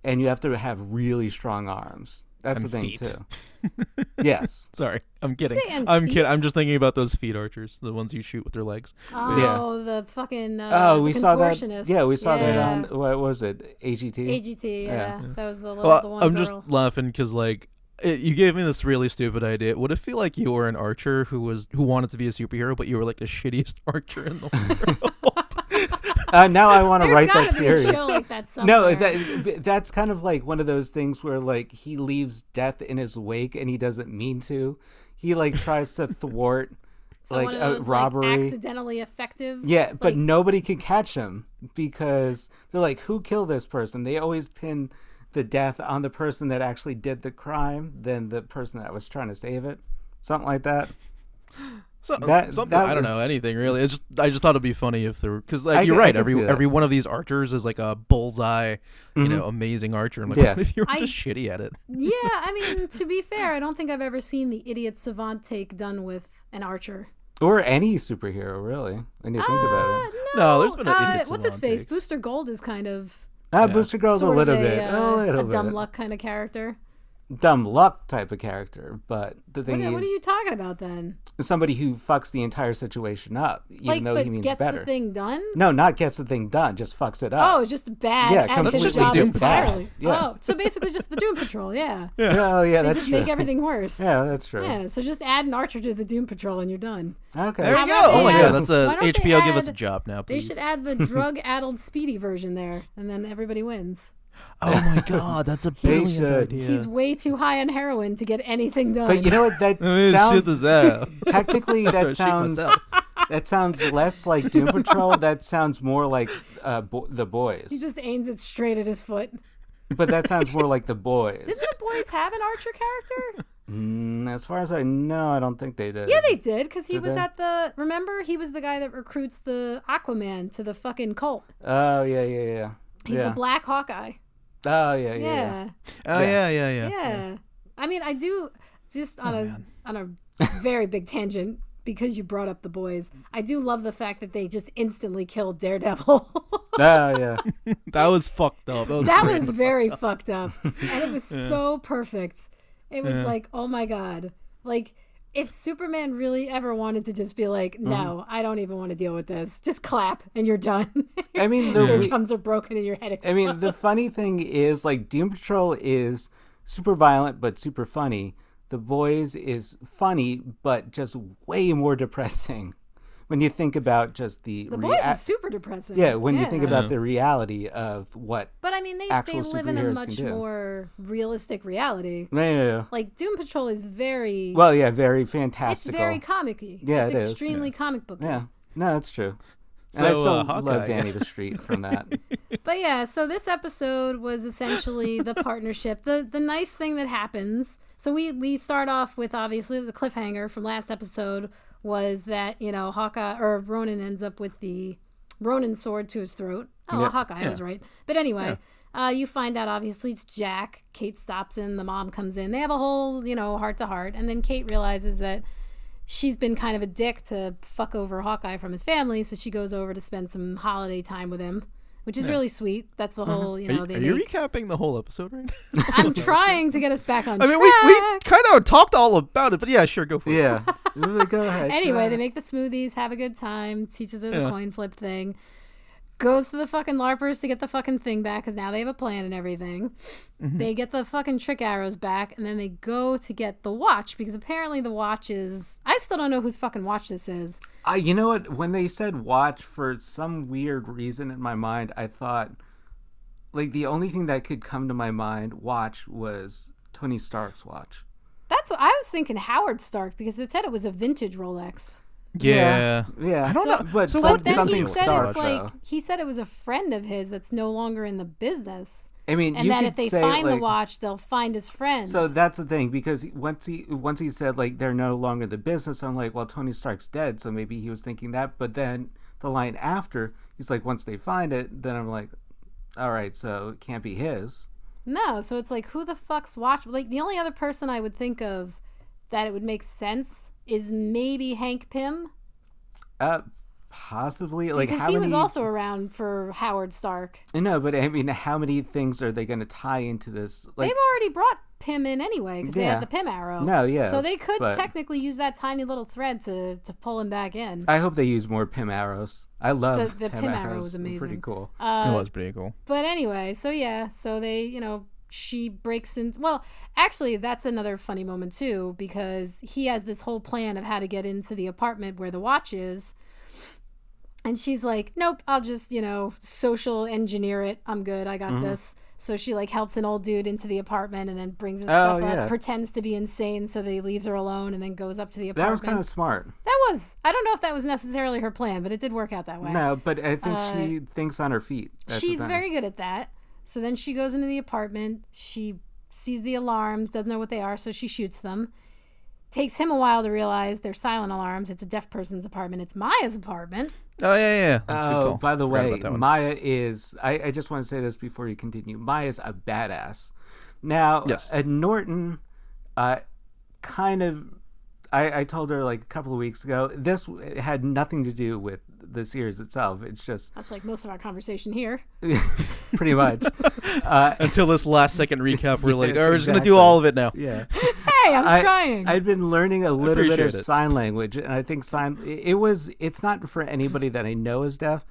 C: and you have to have really strong arms. That's
B: And
C: the thing
B: feet.
C: too. yes.
B: Sorry, I'm kidding.
D: say and
B: I'm
D: feet?
B: kidding. I'm just thinking about those feet archers, the ones you shoot with their legs.
C: Yeah.
D: Oh, the fucking uh,
C: Oh,
D: the
C: we saw that.
D: contortionists.
C: Yeah, we saw that
D: Yeah.
C: on what was it? AGT.
D: AGT. Yeah.
C: Yeah.
D: that was the little
B: Well,
D: the one
B: I'm
D: girl.
B: just laughing because like it, you gave me this really stupid idea. What if you like you were an archer who was who wanted to be a superhero, but you were like the shittiest archer in the world?
C: Uh, now I want to
D: There's
C: write
D: gotta
C: that
D: be a
C: series.
D: show like that
C: No,
D: somewhere.
C: that, that's kind of like one of those things where like he leaves death in his wake and he doesn't mean to. He like tries to thwart like
D: like one of
C: a
D: those,
C: robbery.
D: like, accidentally effective.
C: yeah, but
D: like-
C: nobody could catch him because they're like, who killed this person? They always pin the death on the person that actually did the crime than the person that was trying to save it. Something like that.
B: So,
C: That-
B: something
C: that
B: I don't
C: would-
B: know anything really. It's just I just thought it'd be funny if there because
C: I
B: like you're
C: could- I
B: right.
C: could
B: Every
C: see that. Mm-hmm.
B: every one of these archers is like a bullseye, you know, amazing archer. And like,
C: Yeah.
B: what if you were
D: I-
B: just shitty at it?
D: yeah, I mean, to be fair, I don't think I've ever seen the idiot savant take done with an archer.
C: Or any superhero, really, when you think about it.
D: Uh,
B: No, there's been an
D: uh,
B: idiot
D: what's his
B: savant
D: face?
B: takes.
D: Booster Gold is kind of
C: Ah, Booster Girl's a
D: sort
C: little
D: of
C: bit,
D: uh,
C: a little
D: a
C: bit,
D: dumb luck kind of character.
C: dumb luck type of character. But the
D: What,
C: thing is,
D: what are you talking about then?
C: somebody who fucks the entire situation up, even
D: Like,
C: though
D: but
C: he means
D: gets
C: better.
D: the thing done.
C: No, not gets the thing done, just fucks it
D: Oh,
C: up.
D: it's just bad
C: Yeah,
D: at his
B: completely
D: job
B: Doom Patrol.
D: entirely.
C: Yeah.
D: Oh, so basically just the Doom Patrol. Yeah,
C: Oh, yeah,
D: they
C: that's
D: just
C: true.
D: make everything worse.
C: yeah, that's true.
D: Yeah, so just add an archer to the Doom Patrol and you're done.
C: Okay.
B: There you
D: about
B: go.
D: they
B: Oh my
D: add-
B: god, that's
D: why
B: a
D: don't they
B: HBO. Give us a
D: add-
B: job now,
D: They
B: please.
D: should add the drug addled speedy version there, and then everybody wins.
B: Oh my god, that's a brilliant
C: should.
B: idea.
D: He's way too high on heroin to get anything done.
C: But you know what? That
B: I mean, shit
C: sounds
B: this out.
C: technically that
B: Shoot
C: sounds
B: myself.
C: that sounds less like Doom Patrol. That sounds more like uh, bo- the boys.
D: he just aims it straight at his foot.
C: But that sounds more like the boys.
D: Didn't the boys have an archer character?
C: Mm, as far as I know, I don't think they did.
D: Yeah, they did, because he was
C: they?
D: at the. Remember, he was the guy that recruits the Aquaman to the fucking cult.
C: Oh yeah, yeah, yeah.
D: He's
C: yeah.
D: the Black Hawkeye.
C: Oh yeah, yeah.
D: Yeah.
C: yeah.
B: Oh yeah, yeah, yeah.
D: Yeah. I mean, I do just
C: Oh,
D: on a on a very big tangent because you brought up the boys. I do love the fact that they just instantly killed Daredevil.
C: Oh yeah.
B: That was fucked up. That was,
D: that
B: great.
D: was very fucked up, and it was so perfect. It was like, oh my god, like. If Superman really ever wanted to just be like,
C: Mm-hmm.
D: no, I don't even want to deal with this. Just clap and you're done.
C: I mean, the
D: your
C: we-
D: drums are broken and your head explodes.
C: I mean, the funny thing is, like, Doom Patrol is super violent but super funny. The Boys is funny but just way more depressing when you think about just the.
D: the boys is super depressing.
C: yeah, when you think about the reality of what.
D: But I mean, they, they
C: actual
D: live in
C: superheroes
D: a
C: can
D: much
C: do.
D: more realistic reality.
C: No, no, no.
D: Like Doom Patrol is very
C: Well, yeah, very
D: it's
C: fantastical.
D: very comic-y.
C: Yeah,
D: it's
C: it is,
D: extremely comic book.
C: yeah, no, that's true. And I
B: So,
C: still
B: uh,
C: love
B: Hawkeye.
C: Danny the Street from that.
D: But yeah, so this episode was essentially the partnership. The the nice thing that happens. So we we start off with obviously the cliffhanger from last episode was that, you know, Hawkeye or Ronan ends up with the Ronin sword to his throat. Oh, Hawkeye I was right. But anyway, uh, you find out obviously it's Jack. Kate stops in, the mom comes in. They have a whole, you know, heart to heart and then Kate realizes that she's been kind of a dick to fuck over Hawkeye from his family, so she goes over to spend some holiday time with him, which is really sweet. That's the whole, you
B: Mm-hmm. Are
D: know,
B: you,
D: they
B: are you
D: make-
B: recapping the whole episode right now?
D: I'm trying to get us back on
B: I mean,
D: track.
B: we, we kind of talked all about it, but yeah, sure, go for it.
C: yeah, go ahead.
D: anyway, they make the smoothies, have a good time, teaches her the
B: Yeah.
D: coin flip thing, goes to the fucking LARPers to get the fucking thing back because now they have a plan and everything.
B: Mm-hmm.
D: They get the fucking trick arrows back and then they go to get the watch because apparently the watch is. I still don't know whose fucking watch this is.
C: I, you know what? When they said watch, for some weird reason in my mind, I thought, like, the only thing that could come to my mind, watch, was Tony Stark's watch.
D: That's what I was thinking Howard Stark because it said it was a vintage Rolex.
B: Yeah.
C: Yeah.
B: I don't
D: So-
B: know.
C: But
B: so
D: But
B: what
C: some-
D: then
C: something
D: he said
C: Stark,
D: it's like
C: though.
D: he said it was a friend of his that's no longer in the business,
C: I mean,
D: and
C: you
D: that
C: could
D: if they
C: say,
D: find
C: like,
D: the watch, they'll find his friend.
C: So that's the thing because once he once he said like they're no longer the business, I'm like, well, Tony Stark's dead, so maybe he was thinking that. But then the line after, he's like, once they find it, then I'm like, all right, so it can't be his.
D: no, so it's like who the fuck's watch? Like the only other person I would think of that it would make sense is maybe Hank Pym
C: Uh, possibly like
D: because
C: how
D: he
C: many?
D: was also around for Howard Stark.
C: no, but I mean, how many things are they going to tie into this? Like,
D: They've already brought Pym in anyway because they
C: Yeah.
D: have the Pym arrow.
C: No, yeah,
D: So they could
C: but-
D: technically use that tiny little thread to to pull him back in.
C: I hope they use more Pym arrows. I love
D: the
C: Pym,
D: Pym arrow
C: arrows.
D: was
C: They're Pretty
D: amazing. Uh,
C: cool.
B: That was pretty cool.
D: But anyway, so yeah, so they, you know, she breaks in. Well, actually, that's another funny moment too because he has this whole plan of how to get into the apartment where the watch is.
C: Mm-hmm.
D: And she's like, "Nope, I'll just, you know, social engineer it. I'm good. I got this." So she like helps an old dude into the apartment and then brings his
C: Oh,
D: stuff
C: yeah.
D: up, pretends to be insane so that he leaves her alone and then goes up to the
C: That was
D: apartment.
C: kind of smart.
D: That was. I don't know if that was necessarily her plan, but it did work out that way.
C: No, but I think she thinks on her feet. That's the
D: She's
C: thing.
D: very good at that. So then she goes into the apartment. She sees the alarms, doesn't know what they are, so she shoots them. Takes him a while to realize they're silent alarms. It's a deaf person's apartment. It's Maya's apartment.
B: Oh yeah, yeah. yeah. Good
C: Oh,
B: call.
C: by the
B: Forgot
C: way,
B: about that one.
C: Maya is. I, I just want to say this before you continue. Maya's a badass. Now,
B: Yes.
C: uh, Norton, uh, kind of. I, I told her like a couple of weeks ago. This w- it had nothing to do with the series itself. It's just
D: That's like most of our conversation here.
C: pretty much.
B: Until this last second recap, we're like,
C: Yes,
B: oh, we're just gonna do
C: exactly.
B: all of it now.
C: Yeah,
D: Hey, I'm
C: I,
D: trying.
C: I'd been learning a little bit of
B: appreciate it.
C: sign language, and I think sign. It it was. It's not for anybody that I know is deaf,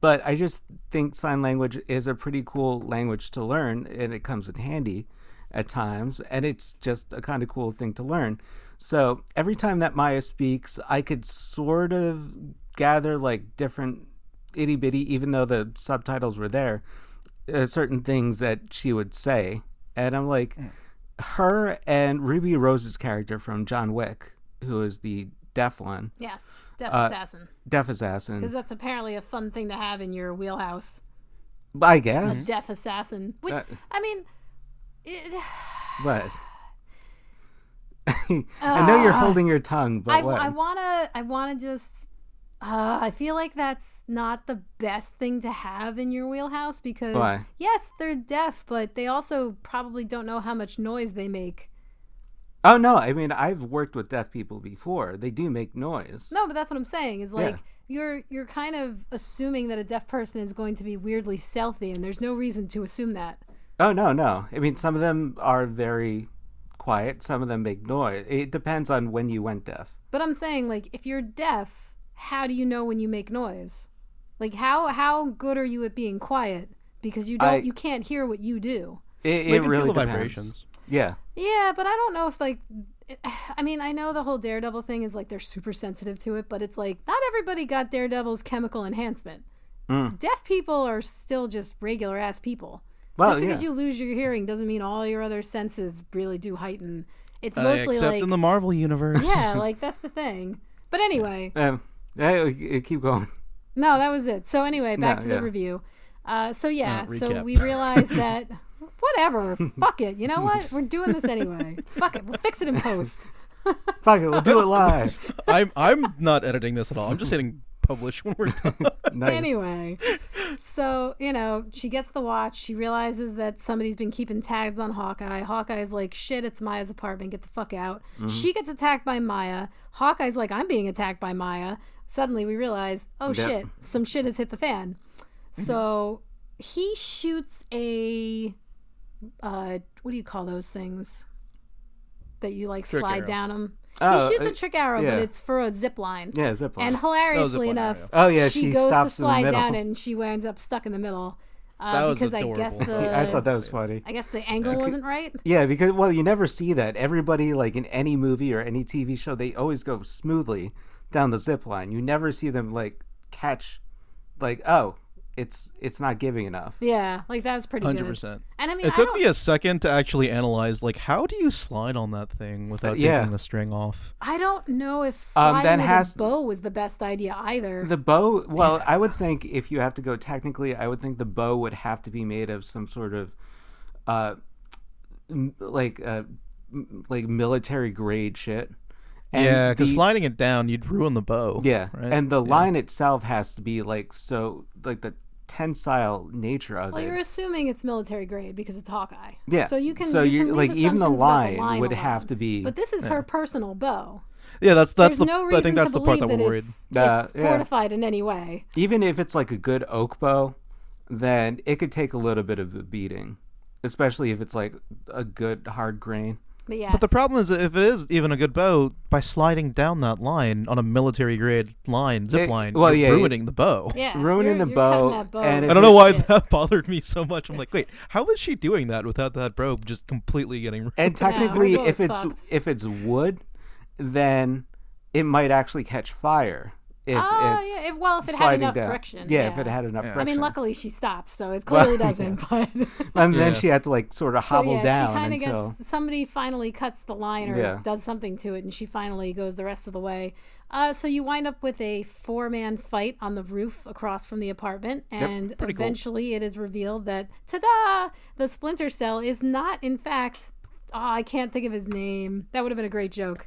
C: but I just think sign language is a pretty cool language to learn, and it comes in handy at times, and it's just a kind of cool thing to learn. So every time that Maya speaks, I could sort of gather like different itty bitty, even though the subtitles were there, uh, certain things that she would say, and I'm like
B: Mm.
C: her and Ruby Rose's character from John Wick, who is the deaf one,
D: yes, deaf
C: Uh,
D: assassin.
C: deaf
D: Because
C: assassin.
D: that's apparently a fun thing to have in your wheelhouse.
C: I guess,
D: uh, Deaf assassin. Which,
C: Uh,
D: I mean, it,
C: but I know you're holding your tongue, but
D: Ah. I,
C: what?
D: I wanna I wanna just uh, I feel like that's not the best thing to have in your wheelhouse because
C: Why?
D: yes, they're deaf, but they also probably don't know how much noise they make.
C: oh no, I mean I've worked with deaf people before. They do make noise.
D: No, but that's what I'm saying is like
C: Yeah.
D: you're you're kind of assuming that a deaf person is going to be weirdly stealthy, and there's no reason to assume that.
C: Oh no, no. I mean some of them are very quiet. Some of them make noise. It depends on when you went deaf.
D: But I'm saying like if you're deaf, how do you know when you make noise? Like how how good are you at being quiet? Because you don't
C: I-
D: you can't hear what you do.
C: It,
B: Well, you
C: it
B: can
C: really
B: feel the
C: depends.
B: vibrations.
C: Yeah.
D: Yeah, but I don't know if like I mean, I know the whole Daredevil thing is like they're super sensitive to it, but it's like not everybody got Daredevil's chemical enhancement.
C: Mm.
D: Deaf people are still just regular ass people.
C: Well,
D: just because
C: yeah.
D: you lose your hearing doesn't mean all your other senses really do heighten. It's
B: Uh,
D: mostly
B: except
D: like
B: in the Marvel universe.
D: yeah, like that's the thing. But anyway,
C: Um, eh, eh, keep going.
D: no, that was it. So anyway, back
C: No,
D: to the
C: yeah.
D: review. Uh, so yeah,
B: Uh,
D: so
B: recap.
D: we realized that whatever, fuck it. You know what? We're doing this anyway. fuck it. We'll fix it in post.
C: Fuck it, we'll do it live.
B: I'm I'm not editing this at all. I'm just hitting publish when we're done.
C: Nice.
D: Anyway, so you know, she gets the watch. She realizes that somebody's been keeping tabs on Hawkeye. Hawkeye's like, "Shit, it's Maya's apartment. Get the fuck out."
C: Mm-hmm.
D: She gets attacked by Maya. Hawkeye's like, "I'm being attacked by Maya." Suddenly, we realize, "Oh
C: Yep. Mm-hmm.
D: shit, some shit has hit the fan." So he shoots a, uh, what do you call those things? That you like
B: Trick
D: slide
B: arrow.
D: down 'em. down them.
C: Oh,
D: he shoots
C: uh,
D: a trick arrow,
C: yeah.
D: but it's for a zip line.
C: Yeah, zip line.
D: And hilariously
B: one
D: enough,
B: area.
C: Oh, yeah, she
D: goes
C: stops
D: to
C: in the
D: slide
C: middle.
D: down and she winds up stuck in the middle. Uh,
B: That was
D: because I guess
B: adorable.
D: the
C: I thought that was funny.
D: I guess the angle wasn't right.
C: Yeah, because well, you never see that. Everybody, like in any movie or any TV show, they always go smoothly down the zip line. You never see them like catch, like oh, it's it's not giving enough.
D: Yeah, like that was pretty good.
B: Hundred percent.
D: And I mean,
B: It
D: I
B: took
D: don't-
B: me a second to actually analyze like how do you slide on that thing without taking
C: yeah.
B: the string off?
D: I don't know if
C: Um,
D: sliding
C: that
D: with
C: has-
D: a bow was the best idea either.
C: The bow, well, I would think if you have to go technically, I would think the bow would have to be made of some sort of, uh, m- like uh, m- like military grade shit. And
B: yeah, because
C: the-
B: sliding it down, you'd ruin the bow.
C: Yeah,
B: right?
C: and the line itself has to be like so, like the tensile nature of
D: well,
C: it.
D: you're assuming it's military grade because it's Hawkeye.
C: Yeah.
D: So you can
C: So
D: you
C: you-
D: can leave
C: like, even the
D: assumptions about
C: line would have
D: alone.
C: to be-
D: But this is her personal bow.
B: yeah, that's that's
D: There's
B: the
D: no reason
B: I think that's
D: to
B: the part
D: believe
B: that
D: that
B: we're worried.
D: it's,
C: Uh,
D: it's
C: yeah.
D: fortified in any way.
C: even if it's like a good oak bow, then it could take a little bit of a beating, especially if it's like a good hard grain.
D: But yeah.
B: But the problem is, that if it is even a good bow, by sliding down that line on a military grade line zip
C: It-
B: line,
C: Eh, well,
B: you're
C: yeah, it-
B: ruining the bow.
D: yeah,
C: ruining
D: you're-
C: the
D: you're cutting
C: bow
D: that bow
C: and
D: to
B: I
C: If
B: don't know why
D: shit.
B: that bothered me so much. I'm like, wait, how is she doing that without that bow just completely getting ruined?
C: And
D: her
C: technically,
D: bow
C: if
D: is
C: it's
D: fucked.
C: if it's wood, then it might actually catch fire if
D: Oh,
C: it's
D: yeah. If, well, if it had
C: sliding
D: enough
C: down.
D: friction.
C: Yeah, if it had enough
D: I
C: friction.
D: mean, luckily she stopped, so it clearly doesn't. But
C: and then
B: Yeah.
C: she had to like sort of
D: so,
C: hobble
D: yeah, she
C: down
D: kind of
C: until
D: gets somebody finally cuts the line or
C: Yeah.
D: does something to it, and she finally goes the rest of the way. Uh, so you wind up with a four-man fight on the roof across from the apartment, and
B: pretty cool.
D: eventually it is revealed that ta-da, the Splinter Cell is not, in fact. ah, I can't think of his name. That would have been a great joke.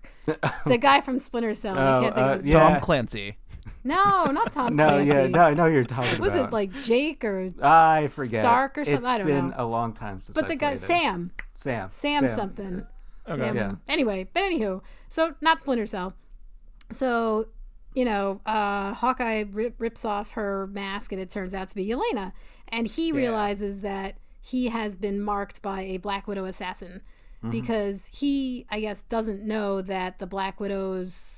D: the guy from Splinter Cell. I
C: Oh,
D: can't think
C: uh,
D: of his name.
B: Tom
C: Yeah.
B: Clancy.
D: No, not Tom.
C: no, yeah,
D: Clancy.
C: no, I know who you're talking
D: Was
C: about.
D: it like Jake or?
C: I forget
D: Stark or something?
C: It's
D: I don't
C: been
D: know.
C: a long time since.
D: But
C: I
D: the guy
C: played it.
D: Sam,
C: Sam,
D: Sam, something. Sam.
C: Yeah.
D: Anyway, but anywho, so not Splinter Cell. So, you know, uh, Hawkeye rip, rips off her mask, and it turns out to be Yelena, and he realizes that he has been marked by a Black Widow assassin because he, I guess, doesn't know that the Black Widows.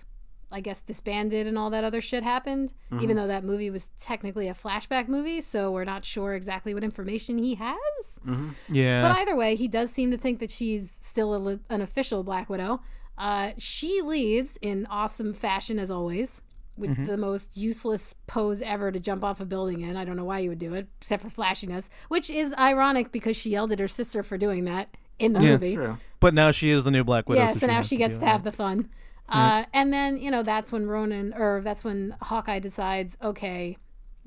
D: I guess disbanded and all that other shit happened, even though that movie was technically a flashback movie, so we're not sure exactly what information he has.
B: Yeah.
D: But either way, he does seem to think that she's still a li- an official Black Widow. Uh, she leaves in awesome fashion, as always, with
B: Mm-hmm.
D: the most useless pose ever to jump off a building in. I don't know why you would do it, except for flashiness, which is ironic because she yelled at her sister for doing that in the
B: Yeah.
D: movie.
C: True.
B: But now she is the new Black Widow.
D: Yeah, so, now
B: has
D: she
B: to
D: gets
B: deal
D: to
B: with
D: have the fun. Uh, and then, you know, that's when Ronan, or that's when Hawkeye decides, okay,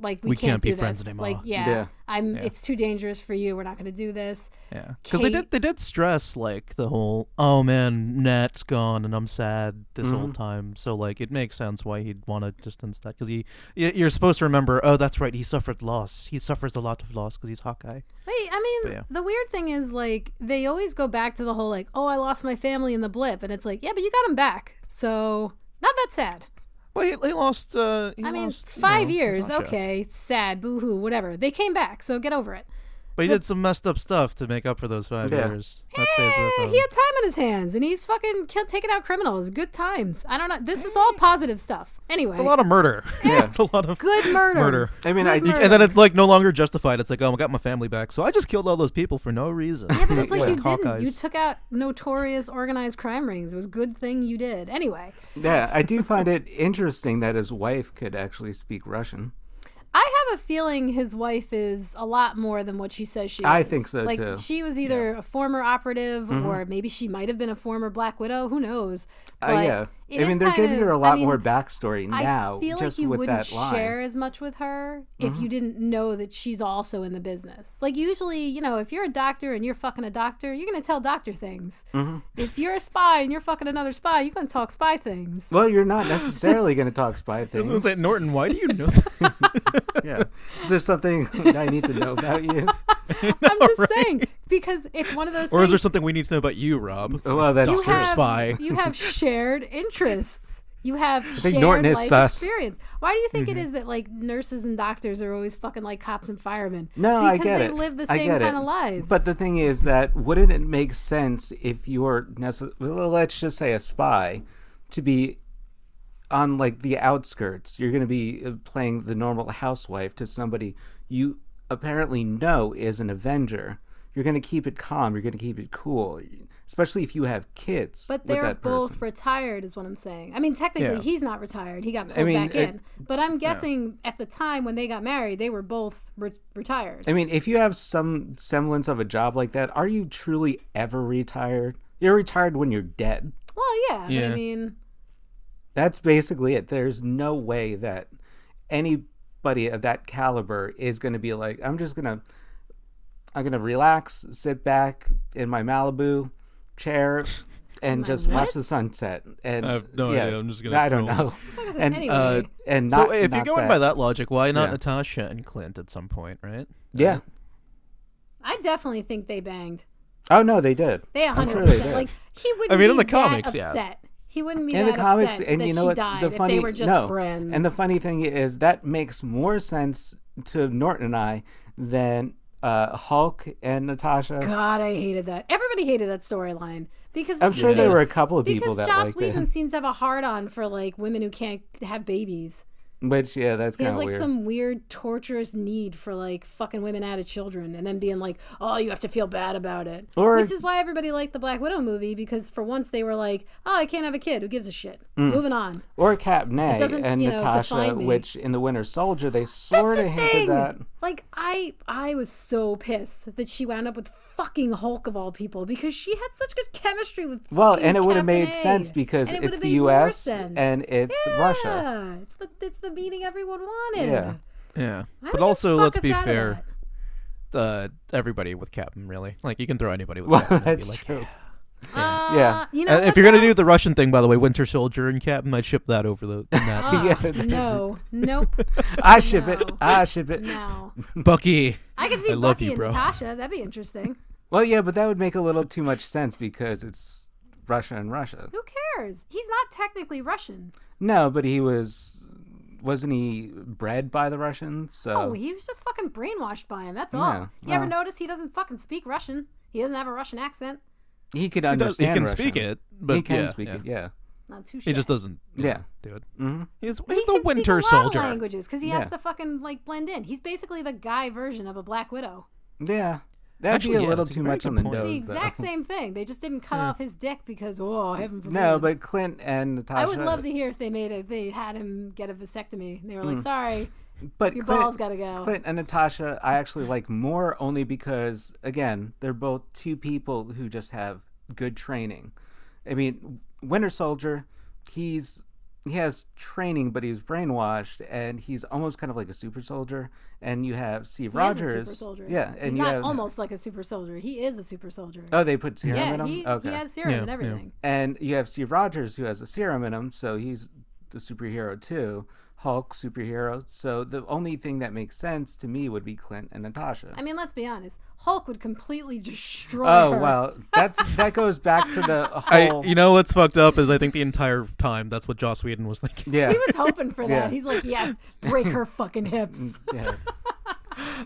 D: like, we,
B: We can't be
D: do
B: friends
D: this.
B: anymore.
D: Like, yeah,
C: Yeah.
D: I'm, it's too dangerous for you. We're not going to do this.
B: it. Yeah, because they did
D: Kate-
B: they did stress like the whole oh man Nat's gone and I'm sad this
D: Mm-hmm.
B: whole time. So like it makes sense why he'd want to distance that because he y- you're supposed to remember oh that's right he suffered loss he suffers a lot of loss because he's Hawkeye.
D: Wait, I mean,
B: yeah.
D: the weird thing is, like, they always go back to the whole, like, oh, I lost my family in the blip. And it's like, yeah, but you got them back. So, not that sad.
B: Well, he, he lost. Uh, he
D: I mean,
B: lost, you
D: five
B: know,
D: years,
B: Natasha.
D: okay, sad, boo hoo, whatever. They came back, so get over it.
B: But he did some messed up stuff to make up for those five
C: Yeah.
B: years. That stays
D: Yeah,
B: with him.
D: Eh, he had time on his hands, and he's fucking kill- taking out criminals. Good times. I don't know. This is all positive stuff. Anyway,
B: It's a lot of murder.
C: Yeah.
B: it's a lot of
D: eh, good murder.
B: murder.
C: I mean, I
D: Good murder.
B: And then it's like no longer justified. It's like, oh, I got my family back, so I just killed all those people for no reason.
D: Yeah, but it's like you
B: Hawkeyes.
D: didn't. You took out notorious organized crime rings. It was a good thing you did. Anyway,
C: yeah, I do find it interesting that his wife could actually speak Russian.
D: I have a feeling his wife is a lot more than what she says she is.
C: I think so,
D: like,
C: too. Mm-hmm.
D: she was either a former operative or maybe she might have been a former Black Widow. Who knows?
C: Uh,
D: But
C: yeah,
D: it
C: I mean,
D: is
C: they're giving
D: kinda-
C: her a
D: I
C: lot
D: mean,
C: more backstory now,
D: I feel
C: just
D: like you
C: with
D: wouldn't
C: that line. Mm-hmm.
D: share as much with her if you didn't know that she's also in the business. Like usually, you know, if you're a doctor and you're fucking a doctor, you're gonna tell doctor things.
C: Mm-hmm.
D: If you're a spy and you're fucking another spy, you're gonna talk spy things.
C: Well, you're not necessarily going to talk spy
B: I was
C: things.
B: gonna say, Norton, why do you know that?
C: yeah, is there something that I need to know about you?
D: I'm just saying because it's one of those.
B: or
D: things
B: is there something we need to know about you, Rob?
C: Well, that's
D: you
C: true.
D: have
B: spy.
D: you have shared interests. You have shared
C: Norton is
D: life
C: sus. Mm-hmm.
D: experience. Why do you think it is that like nurses and doctors are always fucking like cops and firemen?
C: No,
D: because
C: I get
D: they
C: it.
D: live the
C: I
D: same
C: get
D: kind
C: it.
D: of lives.
C: But the thing is that wouldn't it make sense if you're necess- well, let's just say a spy to be on like the outskirts. You're going to be uh, playing the normal housewife to somebody you apparently know is an Avenger. You're going to keep it calm. You're going to keep it cool, especially if you have kids.
D: But
C: with
D: they're
C: that
D: both
C: person.
D: retired, is what I'm saying. I mean, technically,
B: Yeah.
D: he's not retired. He got pulled
C: mean,
D: back
C: it-
D: in. But I'm guessing at the time when they got married, they were both re- retired.
C: I mean, if you have some semblance of a job like that, are you truly ever retired? You're retired when you're dead.
D: well, yeah, But I
B: Yeah.
D: mean,
C: That's basically it. There's no way that anybody of that caliber is going to be like, I'm just going to, I'm going to relax, sit back in my Malibu chair, and just watch the sunset. And
B: I have no
C: yeah,
B: idea. I'm just gonna
C: I don't
B: roll.
C: know. And uh,
D: anyway,
C: and not,
B: so if you're
C: not
B: going
C: that.
B: by that logic, why not
C: Yeah.
B: Natasha and Clint at some point, right?
C: yeah.
D: I definitely think they banged.
C: Oh no, they did.
D: They 100
C: sure they
D: percent
C: did.
D: like he wouldn't.
B: I mean, in
D: be
B: the
D: that
B: comics, yeah.
D: upset. He wouldn't be
C: in the
D: that
C: comics,
D: upset
C: and
D: that
C: you know
D: she
C: what?
D: died
C: the
D: if
C: funny
D: they were just
C: no.
D: friends.
C: And the funny thing is that makes more sense to Norton and I than uh, Hulk and Natasha.
D: God, I hated that. Everybody hated that storyline because
C: I'm
D: what's
C: sure
D: his
C: there
D: face-
C: were a couple of people
D: because
C: that
D: Joss
C: liked
D: Whedon
C: it.
D: seems to have a hard on for like women who can't have babies.
C: Which yeah, that's
D: He
C: kind
D: has
C: of
D: like
C: weird.
D: some weird torturous need for like fucking women out of children and then being like, oh, you have to feel bad about it.
C: Or-
D: Which is why everybody liked the Black Widow movie because for once they were like, oh, I can't have a kid. Who gives a shit?
C: Mm.
D: Moving on.
C: or Capnet
D: doesn't,
C: and
D: you know,
C: Natasha,
D: define me.
C: which in the Winter Soldier they sort of
D: the
C: hinted
D: thing.
C: that.
D: Like I, I was so pissed that she wound up with fucking Hulk of all people because she had such good chemistry with.
C: Well,
D: fucking
C: and it would have
D: Captain
C: made
D: A.
C: sense because
D: And it
C: it's
D: would've
C: the
D: made more
C: U.S.
D: sense.
C: and it's
D: yeah,
C: Russia.
D: It's the it's the meeting everyone wanted.
C: Yeah.
B: Yeah,
D: Why
B: but
D: would you
B: also
D: fuck
B: let's
D: us
B: be
D: out of
B: fair.
D: that?
B: Uh, everybody with Captain, really. Like you can throw anybody with
C: Well,
B: Captain. I'd be
C: that's
B: like-
C: true.
D: Uh,
C: Yeah.
D: You know,
B: And if
D: what,
B: you're gonna
D: though?
B: do the Russian thing, by the way, Winter Soldier and Captain, I'd ship that over the than that.
D: Ah,
C: Yeah,
D: no, nope,
C: I ship it.
D: No.
C: I ship it.
D: no.
B: Bucky.
D: I could see
B: I love
D: Bucky
B: you,
D: and
B: bro.
D: Natasha. That'd be interesting.
C: Well, yeah, but that would make a little too much sense because it's Russia and Russia.
D: Who cares? He's not technically Russian.
C: No, but he was wasn't he bred by the Russians? So
D: Oh, he was just fucking brainwashed by him. That's all.
C: Yeah,
D: you ever
C: well.
D: notice he doesn't fucking speak Russian? He doesn't have a Russian accent.
C: he could
B: He, does, he
C: understand.
B: can
C: Russian.
B: speak it, but
C: he can
B: yeah,
C: speak
B: yeah.
C: it. Yeah.
D: Not too sure.
B: He just doesn't. you
C: Yeah.
B: know, do it.
C: hmm
B: He's,
D: He
B: he's the
D: can speak a
B: Winter
D: lot of
B: Soldier.
D: languages because he
C: Yeah.
D: has to fucking like blend in. He's basically the guy version of a Black Widow.
C: Yeah. That'd
B: Actually,
C: be a
B: yeah,
C: little
B: that's a
C: too
B: very
C: much
B: good
C: on the
B: point. The
C: nose.
D: The
C: though.
D: exact same thing. They just didn't cut off his dick because oh heaven forbid.
C: No, but Clint and Natasha.
D: I would love to hear if they made it. They had him get a vasectomy. And they
C: Hmm.
D: were like, sorry,
C: But
D: your
C: Clint,
D: balls gotta go.
C: Clint and Natasha, I actually like more only because, again, they're both two people who just have good training. I mean, Winter Soldier, he's he has training, but he's brainwashed, and he's almost kind of like a super soldier. And you have Steve
D: he
C: Rogers,
D: is a super soldier.
C: yeah, and
D: he's
C: you
D: not
C: have
D: almost like a super soldier. He is a super soldier.
C: oh, they put serum in
D: yeah,
C: him.
D: he,
C: okay,
D: he has serum
B: Yeah,
D: and
B: yeah.
D: everything.
C: and you have Steve Rogers who has a serum in him, so he's the superhero too. Hulk superhero. So the only thing that makes sense to me would be Clint and Natasha.
D: I mean, let's be honest. Hulk would completely destroy
C: Oh
D: her.
C: well, that's that goes back to the
B: I,
C: whole.
B: you know what's fucked up is I think the entire time that's what Joss Whedon was thinking.
C: yeah,
D: He was hoping for that.
C: Yeah. Mm.
D: He's like, yes, break her fucking hips.
C: yeah,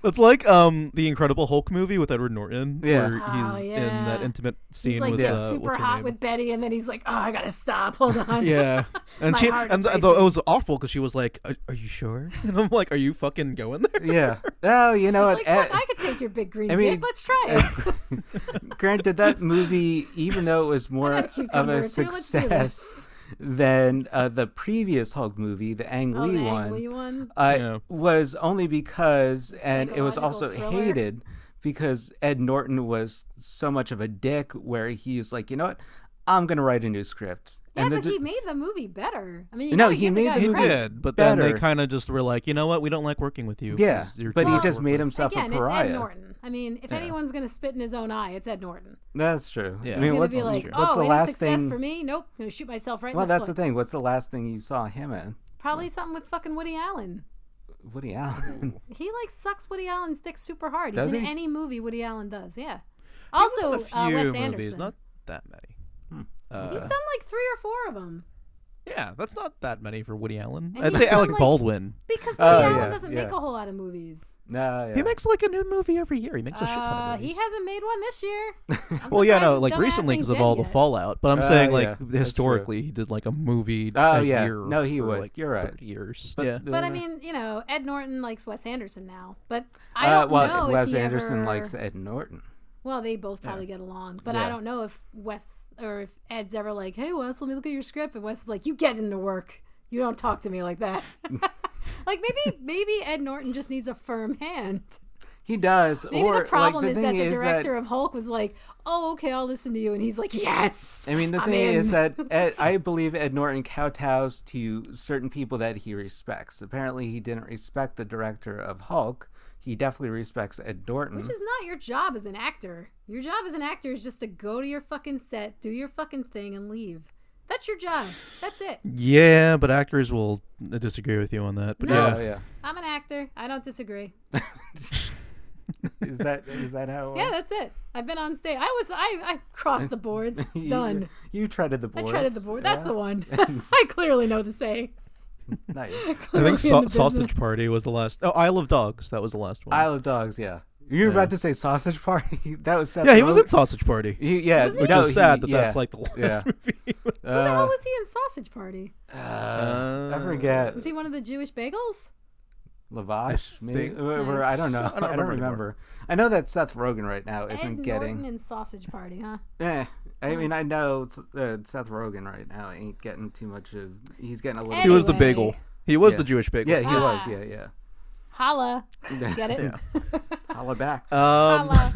B: That's like um the Incredible Hulk movie with Edward Norton,
C: Yeah.
B: where
D: Oh,
B: he's in
D: yeah.
B: that intimate
D: He's
B: scene
D: like
B: with
D: gets
B: uh,
D: super
B: what's her
D: hot
B: name?
D: with Betty, and then he's like, oh, I gotta stop. Hold on.
B: yeah, and
D: My
B: she
D: heart
B: and
D: is
B: th- it was awful because she was like, are, "Are you sure?" And I'm like, "Are you fucking going there?"
C: yeah. Oh, you know what?
D: Like, fuck,
C: eh,
D: I could take your big green
C: I mean- eh,
D: dick. Let's try it.
C: granted, that movie, even though it was more
D: got a
C: of
D: cucumber,
C: a
D: too. Let's do
C: success than uh, the previous Hulk movie, the Ang
D: Oh,
C: Lee
D: the
C: one,
D: angry one.
C: Uh,
B: Yeah.
C: was only because, and it was also
D: Psychological thriller.
C: hated because Ed Norton was so much of a dick, where he's like, you know what, I'm gonna write a new script.
D: Yeah,
C: and the
D: but
C: di-
D: he made the movie better. I mean, you
C: No,
D: gotta
C: he
D: give the
C: made
D: guy
C: the
B: He
C: movie-
D: credit.
B: did, but then they
C: Better.
B: kind of just were like, "You know what? We don't like working with you."
C: yeah,
B: 'cause you're
C: but
B: too
C: he
B: much
C: just
B: work
C: made
B: with-
C: himself
D: Again,
C: a
D: it's
C: pariah.
D: Ed Norton. I mean, if anyone's gonna spit in his own eye, it's Ed Norton.
C: That's true.
B: Yeah.
C: I
B: He's
C: mean,
D: He's
C: what's,
D: gonna be like,
C: what's
D: oh,
C: the
D: ain't a
C: last
D: success
C: thing?
D: for me? Nope, I'm gonna shoot myself right
C: well,
D: in the
C: that's
D: foot.
C: the thing. What's the last thing you saw him in?
D: Probably something with fucking Woody Allen.
C: Woody Allen.
D: He like sucks Woody Allen's dick super hard.
C: Does
D: He's in
C: he?
D: any movie Woody Allen does. Yeah.
B: He was in
D: Also, uh, Wes Anderson.
B: not that many.
D: He's
B: Uh,
D: done like three or four of them
B: yeah, that's not that many for Woody Allen.
D: And
B: I'd
D: he's
B: say
D: done,
B: Alec
D: like-
B: Baldwin.
D: because Woody
C: Oh,
D: Allen
C: yeah,
D: doesn't
C: yeah.
D: make a whole lot of movies.
C: no, yeah.
B: He makes like a new movie every year. He makes a shit ton
D: Uh,
B: of
D: he
B: movies.
D: hasn't made one this year. I'm
B: well, yeah,
D: surprised
B: no,
D: his
B: like
D: dumb ass
B: recently
D: ain't
B: because of
D: dead
B: all the
D: yet.
B: fallout. But I'm
C: Uh,
B: saying
C: yeah,
B: like
C: that's true.
B: historically, he did like a movie.
C: Oh,
B: a
C: yeah.
B: year
C: No, he
B: for,
C: would.
B: Like,
C: You're right.
B: 30 years.
C: But
B: yeah.
C: the-
D: But I mean, you know, Ed Norton likes Wes Anderson now, but I
C: Uh,
D: don't
C: well,
D: know
C: Wes
D: if he
C: Anderson
D: ever...
C: likes Ed Norton.
D: Well, they both probably get along, but
C: Yeah.
D: I don't know if Wes or if Ed's ever like, "Hey, Wes, let me look at your script," and Wes is like, "You get into work. You don't talk to me like that." like maybe maybe Ed Norton just needs a firm hand.
C: He does.
D: Maybe
C: or
D: the problem
C: like, the
D: is that
C: thing
D: the
C: is
D: director of Hulk was like, "Oh, okay, I'll listen to you," and he's like, "Yes."
C: I mean, the
D: I'm
C: thing is
D: in."
C: that Ed, I believe Ed Norton kowtows to certain people that he respects. Apparently, he didn't respect the director of Hulk. He definitely respects Ed Norton.
D: Which is not your job as an actor. Your job as an actor is just to go to your fucking set, do your fucking thing, and leave. That's your job. That's it.
B: yeah, but actors will disagree with you on that. But
D: No.
B: yeah.
C: Oh, yeah.
D: I'm an actor. I don't disagree.
C: Is that is that how? It
D: Yeah,
C: works?
D: that's it. I've been on stage. I was I, I crossed the boards.
C: You-
D: Done.
C: You, treaded the
D: I
C: board.
D: treaded the board. That's the one. I clearly know the sayings.
C: Nice.
B: I think
D: Clearly in
B: Sau-
D: the
B: Sausage
D: business.
B: Party was the last. Oh, Isle of Dogs. That was the last one.
C: Isle of Dogs. Yeah. You were about to say sausage party. that was Seth
B: yeah, he was
C: Rogen.
B: at Sausage Party.
C: He, yeah,
B: Which
C: no,
B: is sad
C: he-
B: that
C: yeah.
B: that's like the last
C: Yeah.
B: movie.
D: Who
C: Uh,
D: the hell was he in Sausage Party?
B: Uh,
C: I forget.
D: Was he one of the Jewish bagels?
C: Lavash, maybe.
B: think-
C: or- or I don't know. I don't, remember.
B: anymore.
C: I know that Seth Rogen right now isn't
D: Ed
C: getting.
D: Norton in Sausage Party, huh?
C: Eh, I mean, I know it's, uh, Seth Rogen right now ain't getting too much of. He's getting a little.
B: He was the
D: Anyway.
B: bagel. He was
C: Yeah.
B: the Jewish bagel.
C: yeah, he was.
D: Ah.
C: Yeah, yeah.
D: Holla. Get it?
C: Holla back.
D: Uh,
B: Um,
D: Holla.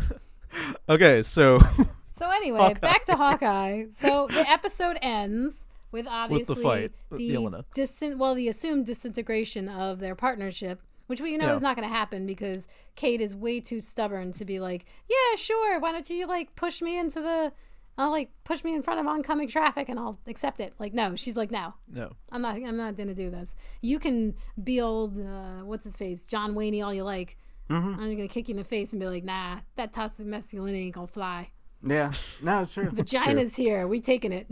B: okay, so
D: So anyway, back to Hawkeye. So the episode ends with obviously
B: fight with Yelena.
D: disin- well, the assumed disintegration of their partnership, which we know
B: Yeah.
D: is not going to happen because Kate is way too stubborn to be like, yeah, sure, why don't you like push me into the, I'll like push me in front of oncoming traffic and I'll accept it. Like no, she's like no,
B: no.
D: I'm not. I'm not gonna do this. You can be old. Uh, what's his face? John Wayne all you like.
B: Mm-hmm.
D: I'm just gonna kick you in the face and be like, nah, that toxic masculinity ain't gonna fly.
C: yeah, no, it's true.
D: Vagina's here. We taking it.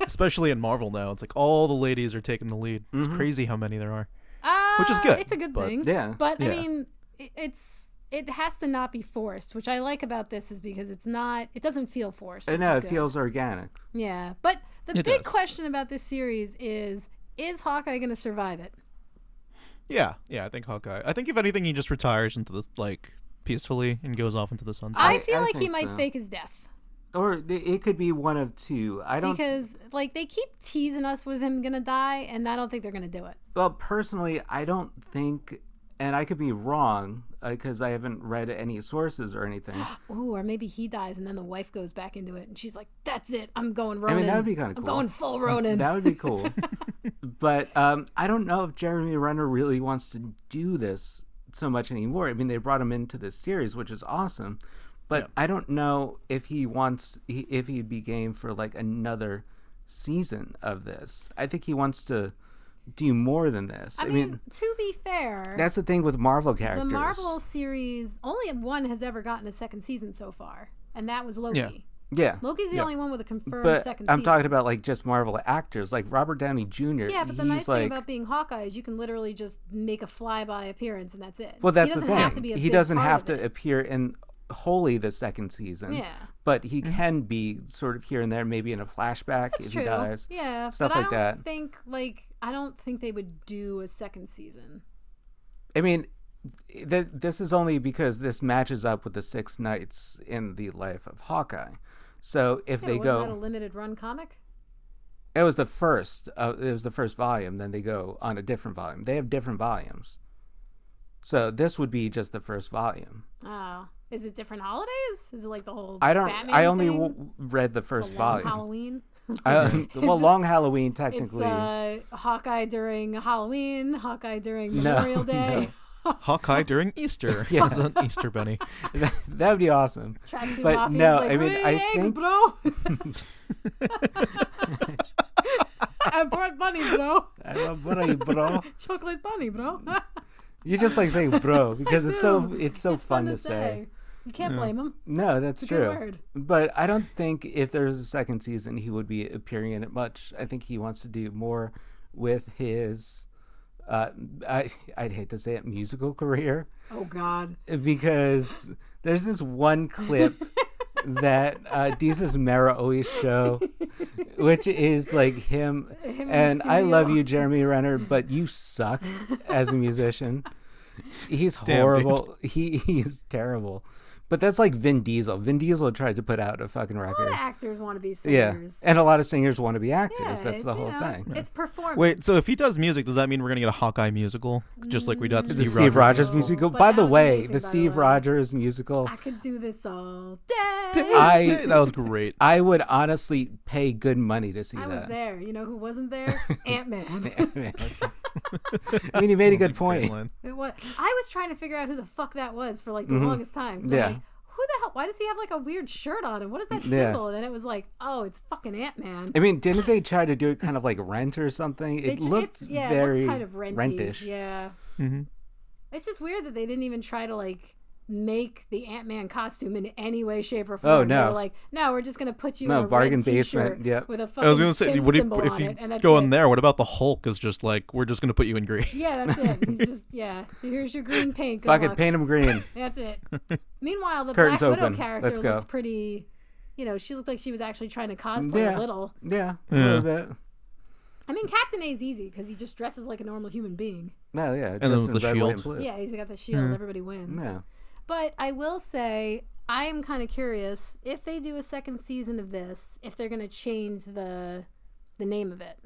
B: Especially in Marvel now, it's like all the ladies are taking the lead. It's
C: Mm-hmm.
B: crazy how many there are.
D: uh,
B: Which is good,
D: It's a good
B: but-
D: thing.
C: Yeah.
D: But I
B: Yeah.
D: mean, i- it's it has to not be forced, which I like about this is because it's not. It doesn't feel forced.
C: I
D: which
C: know
D: is
C: it
D: good.
C: feels organic.
D: Yeah, but the
B: It
D: big
B: does.
D: question about this series is: Is Hawkeye gonna survive it?
B: Yeah, yeah. I think Hawkeye. I think if anything, he just retires into this like peacefully and goes off into the sunset.
D: I,
C: I-
D: feel
C: I
D: like he
C: think
D: might
C: so.
D: fake his death.
C: Or it- it could be one of two. I don't.
D: because like they keep teasing us with him gonna die, and I don't think they're gonna do it.
C: well, personally, I don't think, and I could be wrong because I haven't read any sources or anything.
D: Ooh, or maybe he dies, and then the wife goes back into it, and she's like, "That's it, I'm going
C: I
D: Ronin.
C: mean, that would be kind of cool.
D: I'm going full Ronin."
C: That would be cool. but um, I don't know if Jeremy Renner really wants to do this so much anymore. I mean, they brought him into this series, which is awesome. But I don't know if he wants he- if he'd be game for like another season of this. I think he wants to do more than this.
D: I,
C: I,
D: mean,
C: mean,
D: to be fair,
C: that's the thing with Marvel
D: the
C: characters.
D: Marvel series only one has ever gotten a second season so far, and that was Loki.
B: Yeah.
C: yeah.
D: Loki's the only one with a confirmed
C: But
D: second.
C: I'm
D: season.
C: talking about like just Marvel actors, like Robert Downey Jr.
D: Yeah, but the
C: he's
D: nice
C: like,
D: thing about being Hawkeye is you can literally just make a flyby appearance, and that's it.
C: Well, that's
D: he
C: the
D: doesn't
C: thing.
D: Have to be a
C: he
D: big
C: doesn't
D: part
C: have
D: of
C: to
D: it.
C: appear in wholly the second season.
D: Yeah.
C: But he can be sort of here and there, maybe in a flashback
D: That's
C: if
D: true.
C: he dies.
D: Yeah,
C: Stuff
D: but
C: like
D: I don't
C: that.
D: think like I don't think they would do a second season.
C: I mean, th- this is only because this matches up with the Six Nights in the life of Hawkeye. So if
D: Yeah,
C: they
D: wasn't that a
C: go,
D: limited run comic?
C: it was the first. Uh, it was the first volume. Then they go on a different volume. They have different volumes. So this would be just the first volume.
D: Oh, is it different holidays? Is it like the whole
C: I don't.
D: Batman
C: I only
D: thing?
C: w- read the
D: The
C: first
D: long
C: volume.
D: Halloween.
C: I- well, Long Halloween
D: It's
C: technically.
D: uh, Hawkeye during Halloween, Hawkeye during
C: No,
D: Memorial Day,
B: Hawkeye during Easter. yeah, as an Easter bunny.
C: that that would be awesome.
D: Tracksuit
C: But
D: Mafia's
C: no,
D: like,
C: I mean,
D: "Three
C: I
D: eggs,
C: think-
D: bro. I brought bunny, bro.
C: I love bunny, bro.
D: Chocolate bunny, bro.
C: You just like saying bro because it's so
D: do.
C: it's so
D: It's
C: fun, to say.
D: You can't blame him.
C: No, that's
D: It's a
C: true.
D: good word.
C: But I don't think if there's a second season, he would be appearing in it much. I think he wants to do more with his. Uh, I I'd hate to say it, musical career
D: Oh God.
C: because there's this one clip that uh, Desus Mera always show, which is like him,
D: in the
C: and I love
D: studio.
C: you, Jeremy Renner, but you suck as a musician. He's
B: dude.
C: horrible. He he's terrible. But that's like Vin Diesel. Vin Diesel tried to put out a fucking
D: A lot
C: record.
D: of actors want to be
C: Yeah,
D: singers.
C: and a lot of singers want to be actors.
D: Yeah,
C: that's the
D: you
C: whole
D: know,
C: thing.
D: It's performance.
B: Wait, so if he does music, does that mean we're gonna get a Hawkeye musical, just like we got
C: The
B: Steve,
C: Steve Rogers
D: Oh,
C: musical.
D: but
C: By
D: that
C: the
D: was
C: way,
D: amazing,
C: the
D: by the
C: Steve
D: way.
C: Rogers musical.
D: I could do this all day. I,
C: I
B: that was great.
C: I would honestly pay good money to see that.
D: was there. You know who wasn't there? Ant Man.
C: I mean, you made a good
B: Great
C: point.
B: line.
D: It was. I was trying to figure out who the fuck that was for like the longest time. So
C: Mm-hmm. Yeah.
D: Like, who the hell? Why does he have like a weird shirt on? And what is that
C: Yeah.
D: symbol? And then it was like, oh, it's fucking Ant Man.
C: I mean, didn't they try to do it kind of like rent or something? It looked
D: yeah, it looks
C: very
D: kind of renty.
C: rentish.
D: Yeah.
B: Mm-hmm.
D: It's just weird that they didn't even try to like make the Ant Man costume in any way, shape, or form.
C: Oh,
D: They were
C: no.
D: like, no, we're just gonna put you
C: No,
D: in a
C: bargain
D: red
C: basement,
D: t-shirt
C: yep.
D: With a
B: I
D: fucking
B: was gonna say,
D: skin
B: what do you,
D: symbol
B: if
D: on
B: you
D: it, and that's
B: go
D: it.
B: in there, what about the Hulk? Is just like we're just gonna put you in green.
D: Yeah, that's it. He's just yeah. Here's your green paint. Good
C: Fucking
D: luck.
C: paint them green.
D: That's it. Meanwhile, the
C: Curtains
D: Black Widow
C: open.
D: character
C: Let's go.
D: looked pretty you know, she looked like she was actually trying to cosplay
C: Yeah.
D: a little.
C: Yeah,
B: Yeah.
C: a little bit.
D: I mean, Captain A's easy because he just dresses like a normal human being.
C: No, yeah,
B: then with
C: just in
B: the
C: red, white, and
B: shield.
C: blue.
D: Yeah, he's got the shield. Everybody wins.
C: Hmm. yeah.
D: But I will say, I am kind of curious if they do a second season of this, if they're going to change the the name of it,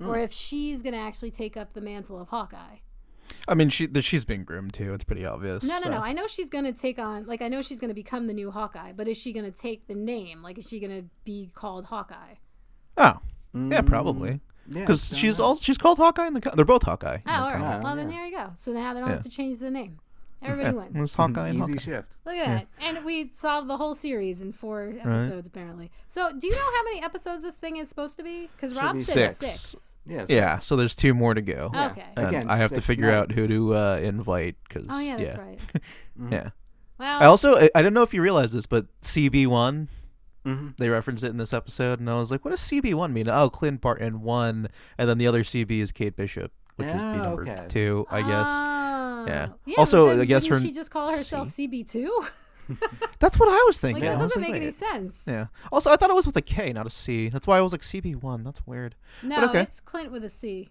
C: Hmm.
D: or if she's going to actually take up the mantle of Hawkeye.
B: I mean, she the, she's being groomed too. It's pretty obvious.
D: No, no, no.
B: so.
D: I know she's going to take on, like, I know she's going to become the new Hawkeye, but is she going to take the name? Like, is she going to be called Hawkeye?
B: Oh, yeah, probably.
C: Yeah,
B: Because
C: so-
B: she's all she's called Hawkeye in the co- they're both Hawkeye.
D: Oh, all right.
C: Yeah,
D: Well, then
C: yeah.
D: there you go. So now they don't
B: Yeah.
D: have to change the name. Everybody wins.
B: It's Hawkeye and
C: Easy
B: Hawkeye.
C: shift.
D: Look at that. And we solved the whole series in four episodes, apparently. So, do you know how many episodes this thing is supposed to be? Because Rob
C: be
D: said
B: six.
D: six.
C: Yeah. so-
B: Yeah, so there's two more to go.
D: Yeah. Okay.
B: And
C: Again,
B: I have to
C: six
B: figure out who
C: nights.
B: to uh, invite because
D: Oh, yeah, that's right.
C: Mm-hmm.
D: Oh.
B: yeah.
D: Well,
B: I also I, I don't know if you realize this, but CB one
C: Mhm.
B: they referenced it in this episode, and I was like, what does CB one mean? Oh, Clint Barton one, and then the other CB is Kate Bishop, which would be
C: Oh,
B: number
C: okay.
B: two,
D: Ah.
B: I guess.
D: Oh.
B: Yeah.
D: yeah
B: Also,
D: but then
B: I guess
D: wouldn't
B: her-
D: she just call herself CB2?
B: That's what I was thinking.
D: like, that
B: I was
D: doesn't
B: like,
D: make any
B: wait.
D: sense.
B: Yeah. Also, I thought it was with a K, not a C. That's why I was like CB one. That's weird.
D: No,
B: okay.
D: it's Clint with a C.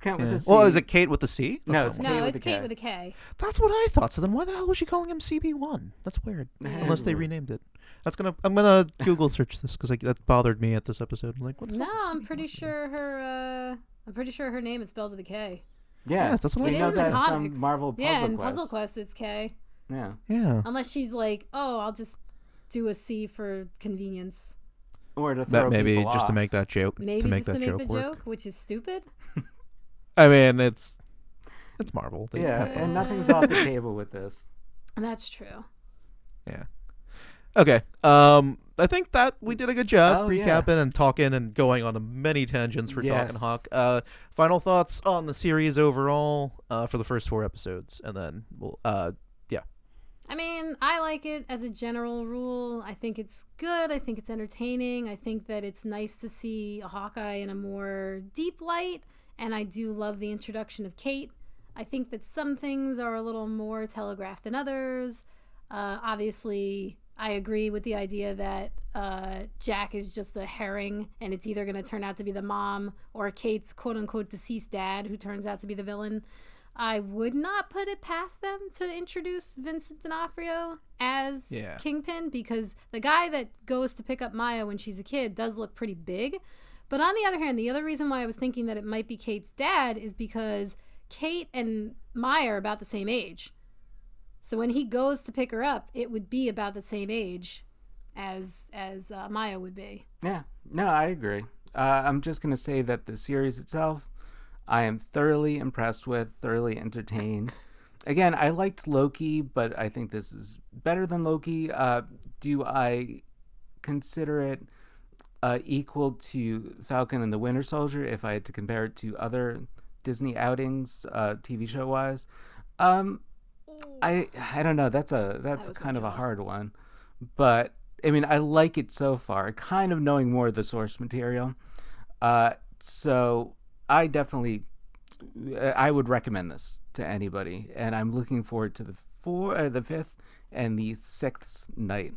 C: Count
B: Yeah.
C: Oh, with the
B: Well,
C: C.
B: is it Kate with the C?
C: No,
B: That's
C: it's
B: what-
D: No,
C: with
D: it's
C: a
D: Kate
C: K.
D: with a K.
B: That's what I thought. So then, why the hell was she calling him CB one? That's weird. Unless they renamed it. That's gonna. I'm gonna Google search this because that bothered me at this episode. I'm like, what? The
D: No,
B: hell is
D: I'm
B: CB1?
D: pretty sure her. Uh, I'm pretty sure her name is spelled with a K.
C: Yeah,
B: Yes, that's what I
D: It
C: We
D: is
B: know
D: in the
C: that
D: comics.
C: from Marvel Puzzle
D: yeah, in
C: Quest.
D: Puzzle Quest, it's K.
C: Yeah.
B: Yeah.
D: Unless she's like, oh, I'll just do a C for convenience.
C: Or to throw
B: That maybe
C: people
B: just to
C: off.
B: make that joke
D: Maybe
B: to make
D: just
B: that
D: to make
B: joke
D: the
B: work.
D: joke, which is stupid.
B: I mean, it's it's Marvel. They
C: Yeah,
B: have fun.
C: and nothing's off the table with this.
D: That's true.
B: yeah. Okay. Um, I think that we did a good job
C: Oh, yeah.
B: recapping and talking and going on many tangents for Talking
C: Yes.
B: Hawk. Uh, final thoughts on the series overall uh, for the first four episodes, and then we'll uh, yeah,
D: I mean, I like it as a general rule. I think it's good. I think it's entertaining. I think that it's nice to see a Hawkeye in a more deep light. And I do love the introduction of Kate. I think that some things are a little more telegraphed than others. Uh, obviously, I agree with the idea that uh, Jack is just a herring and it's either going to turn out to be the mom or Kate's quote unquote deceased dad who turns out to be the villain. I would not put it past them to introduce Vincent D'Onofrio as
B: Yeah.
D: Kingpin because the guy that goes to pick up Maya when she's a kid does look pretty big. But on the other hand, the other reason why I was thinking that it might be Kate's dad is because Kate and Maya are about the same age. So when he goes to pick her up, it would be about the same age as as uh, Maya would be.
C: Yeah, no, I agree. Uh, I'm just going to say that the series itself, I am thoroughly impressed with, thoroughly entertained. Again, I liked Loki, but I think this is better than Loki. Uh, do I consider it uh, equal to Falcon and the Winter Soldier if I had to compare it to other Disney outings, uh, TV show wise? Um, I I don't know. That's a that's
D: was
C: kind
D: my
C: of a
D: job.
C: hard one, but I mean I like it so far. Kind of knowing more of the source material, uh, so I definitely I would recommend this to anybody, and I'm looking forward to the four, uh, the fifth, and the sixth night,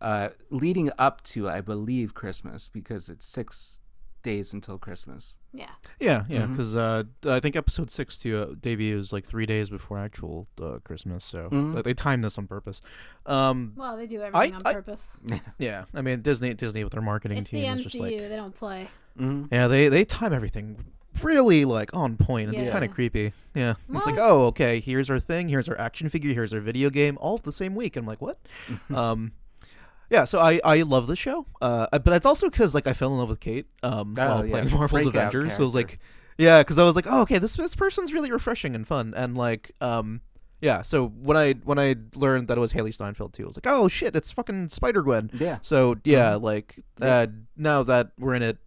C: uh, leading up to I believe Christmas because it's six days until Christmas.
D: Yeah.
B: yeah, yeah. Because uh, I think episode six to uh, debuts like three days before actual uh, Christmas, so they- they timed this on purpose. Um,
D: Well, they do everything on
B: I-
D: purpose.
B: Yeah, I mean Disney. Disney with their marketing
D: it's the
B: team is
D: MCU.
B: just like
D: they don't play.
C: Mm-hmm.
B: yeah, they they time everything really like on point. It's
D: Yeah.
B: kind of creepy. Yeah, it's like
D: Well-
B: oh okay, here's our thing, here's our action figure, here's our video game, all the same week. I'm like what?
C: Mm-hmm.
B: um, yeah, so I I love this show. Uh, but it's also because like I fell in love with Kate. Um,
C: Oh,
B: while
C: yeah,
B: playing Marvel's
C: breakout
B: Avengers, so it was
C: character.
B: like yeah, because I was like oh okay, this this person's really refreshing and fun and like um. Yeah, so when I when I learned that it was Haley Steinfeld too, I was like, "Oh shit, it's fucking Spider Gwen."
C: Yeah.
B: So yeah,
C: Um,
B: like uh, now that we're in it,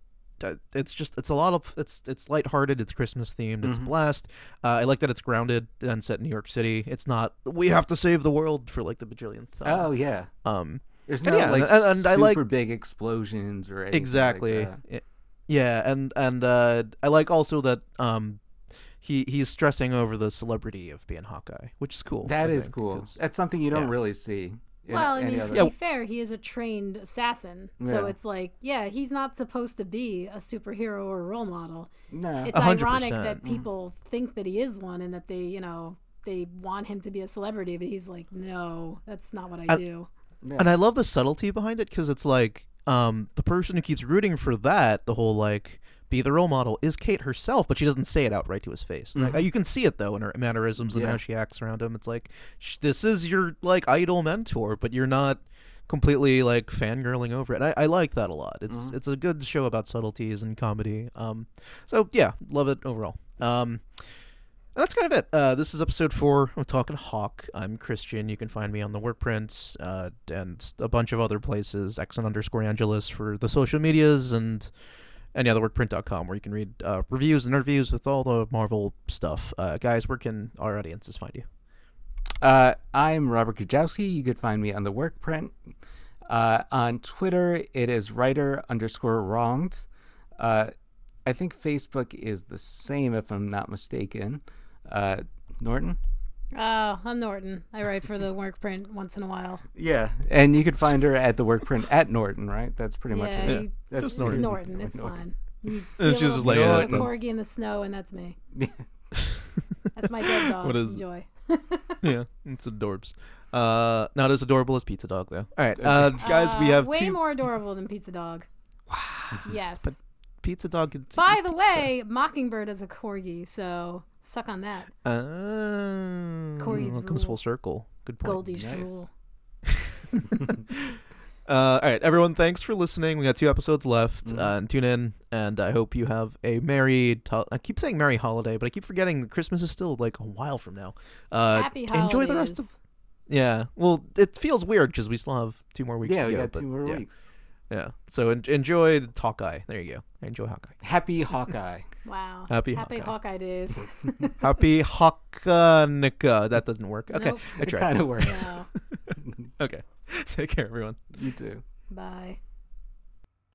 B: uh, it's just it's a lot of it's it's lighthearted, it's Christmas themed,
C: Mm-hmm.
B: it's a blast. Uh, I like that it's grounded and set in New York City. It's not we have to save the world for like the bajillionth time.
C: Oh yeah,
B: Um,
C: there's
B: And
C: no
B: yeah,
C: like
B: and- and I
C: super
B: like-
C: big explosions or anything like
B: exactly.
C: that.
B: I- yeah, and and uh, I like also that um, he he's stressing over the celebrity of being Hawkeye, which is cool.
C: That
B: I
C: is
B: think,
C: cool.
B: 'cause-
C: That's something you don't
B: yeah.
C: really see in
D: well, I
C: any
D: mean,
C: other.
D: to
B: Yeah.
D: be fair, he is a trained assassin. So
C: Yeah.
D: it's like, yeah, he's not supposed to be a superhero or a role model.
C: No.
D: It's
B: A hundred
D: ironic
B: percent.
D: that people think that he is one and that they, you know, they want him to be a celebrity, but he's like, no, that's not what I do.
B: And I love the subtlety behind it because it's like um, the person who keeps rooting for that, the whole like be the role model, is Kate herself, but she doesn't say it outright to his face. Like, you can see it though in her mannerisms and
C: Yeah.
B: how she acts around him. It's like sh- this is your like idol mentor, but you're not completely like fangirling over it. I, I like that a lot. It's it's a good show about subtleties and comedy. Um, so yeah, love it overall. Um, and that's kind of it. Uh, this is episode four of Talking Hawk. I'm Christian. You can find me on the Workprint uh, and a bunch of other places. Exxon underscore Angelus for the social medias and any other workprint.com where you can read uh, reviews and interviews with all the Marvel stuff. Uh, guys, where can our audiences find you?
C: Uh, I'm Robert Kujawski. You could find me on the work print. Uh, on Twitter, it is writer underscore wronged. Uh, I think Facebook is the same, if I'm not mistaken. Uh, Norton?
D: Oh, I'm Norton. I write for the work print once in a while.
C: Yeah. And you could find her at the work print at Norton, right? That's pretty much
D: Yeah,
C: it.
D: you-
C: That's
D: It's
B: Norton.
D: Norton. It's fine. You see
B: And she's
D: a little
B: just like,
D: a
B: uh,
D: little
C: that's-
D: corgi in the snow, and that's me.
C: Yeah.
D: That's my dead dog.
B: What is-
D: Enjoy.
B: yeah, it's adorbs. Uh, not as adorable as Pizza Dog, though. All right, uh, guys, we have
D: way
B: two
D: more adorable than Pizza Dog. Wow. Yes.
B: Pizza Dog. and-
D: By the way, Mockingbird is a corgi, so suck on that.
B: Oh,
D: Corey's
B: it comes
D: rule.
B: full circle. Good point.
D: Goldie's
C: nice.
D: rule.
B: Uh, all right, everyone, thanks for listening. We got two episodes left.
C: Mm-hmm.
B: Uh, and tune in, and I hope you have a merry. To- I keep saying merry holiday, but I keep forgetting that Christmas is still like a while from now. Uh,
D: Happy holidays.
B: enjoy the rest of. Yeah, well, it feels weird because we still have two more weeks
C: Yeah,
B: to
C: we
B: go.
C: got
B: but
C: two more
B: yeah,
C: weeks.
B: Yeah, so en- enjoy Hawkeye. There you go. Enjoy Hawkeye.
C: Happy Hawkeye.
D: Wow.
B: Happy
D: Happy
B: Hawkeye.
D: Hawkeye days.
B: Happy Hawkanika. That doesn't work. Okay,
D: Nope.
B: I
C: It
B: tried.
C: kind of works.
D: no.
B: Okay, take care, everyone.
C: You too.
D: Bye.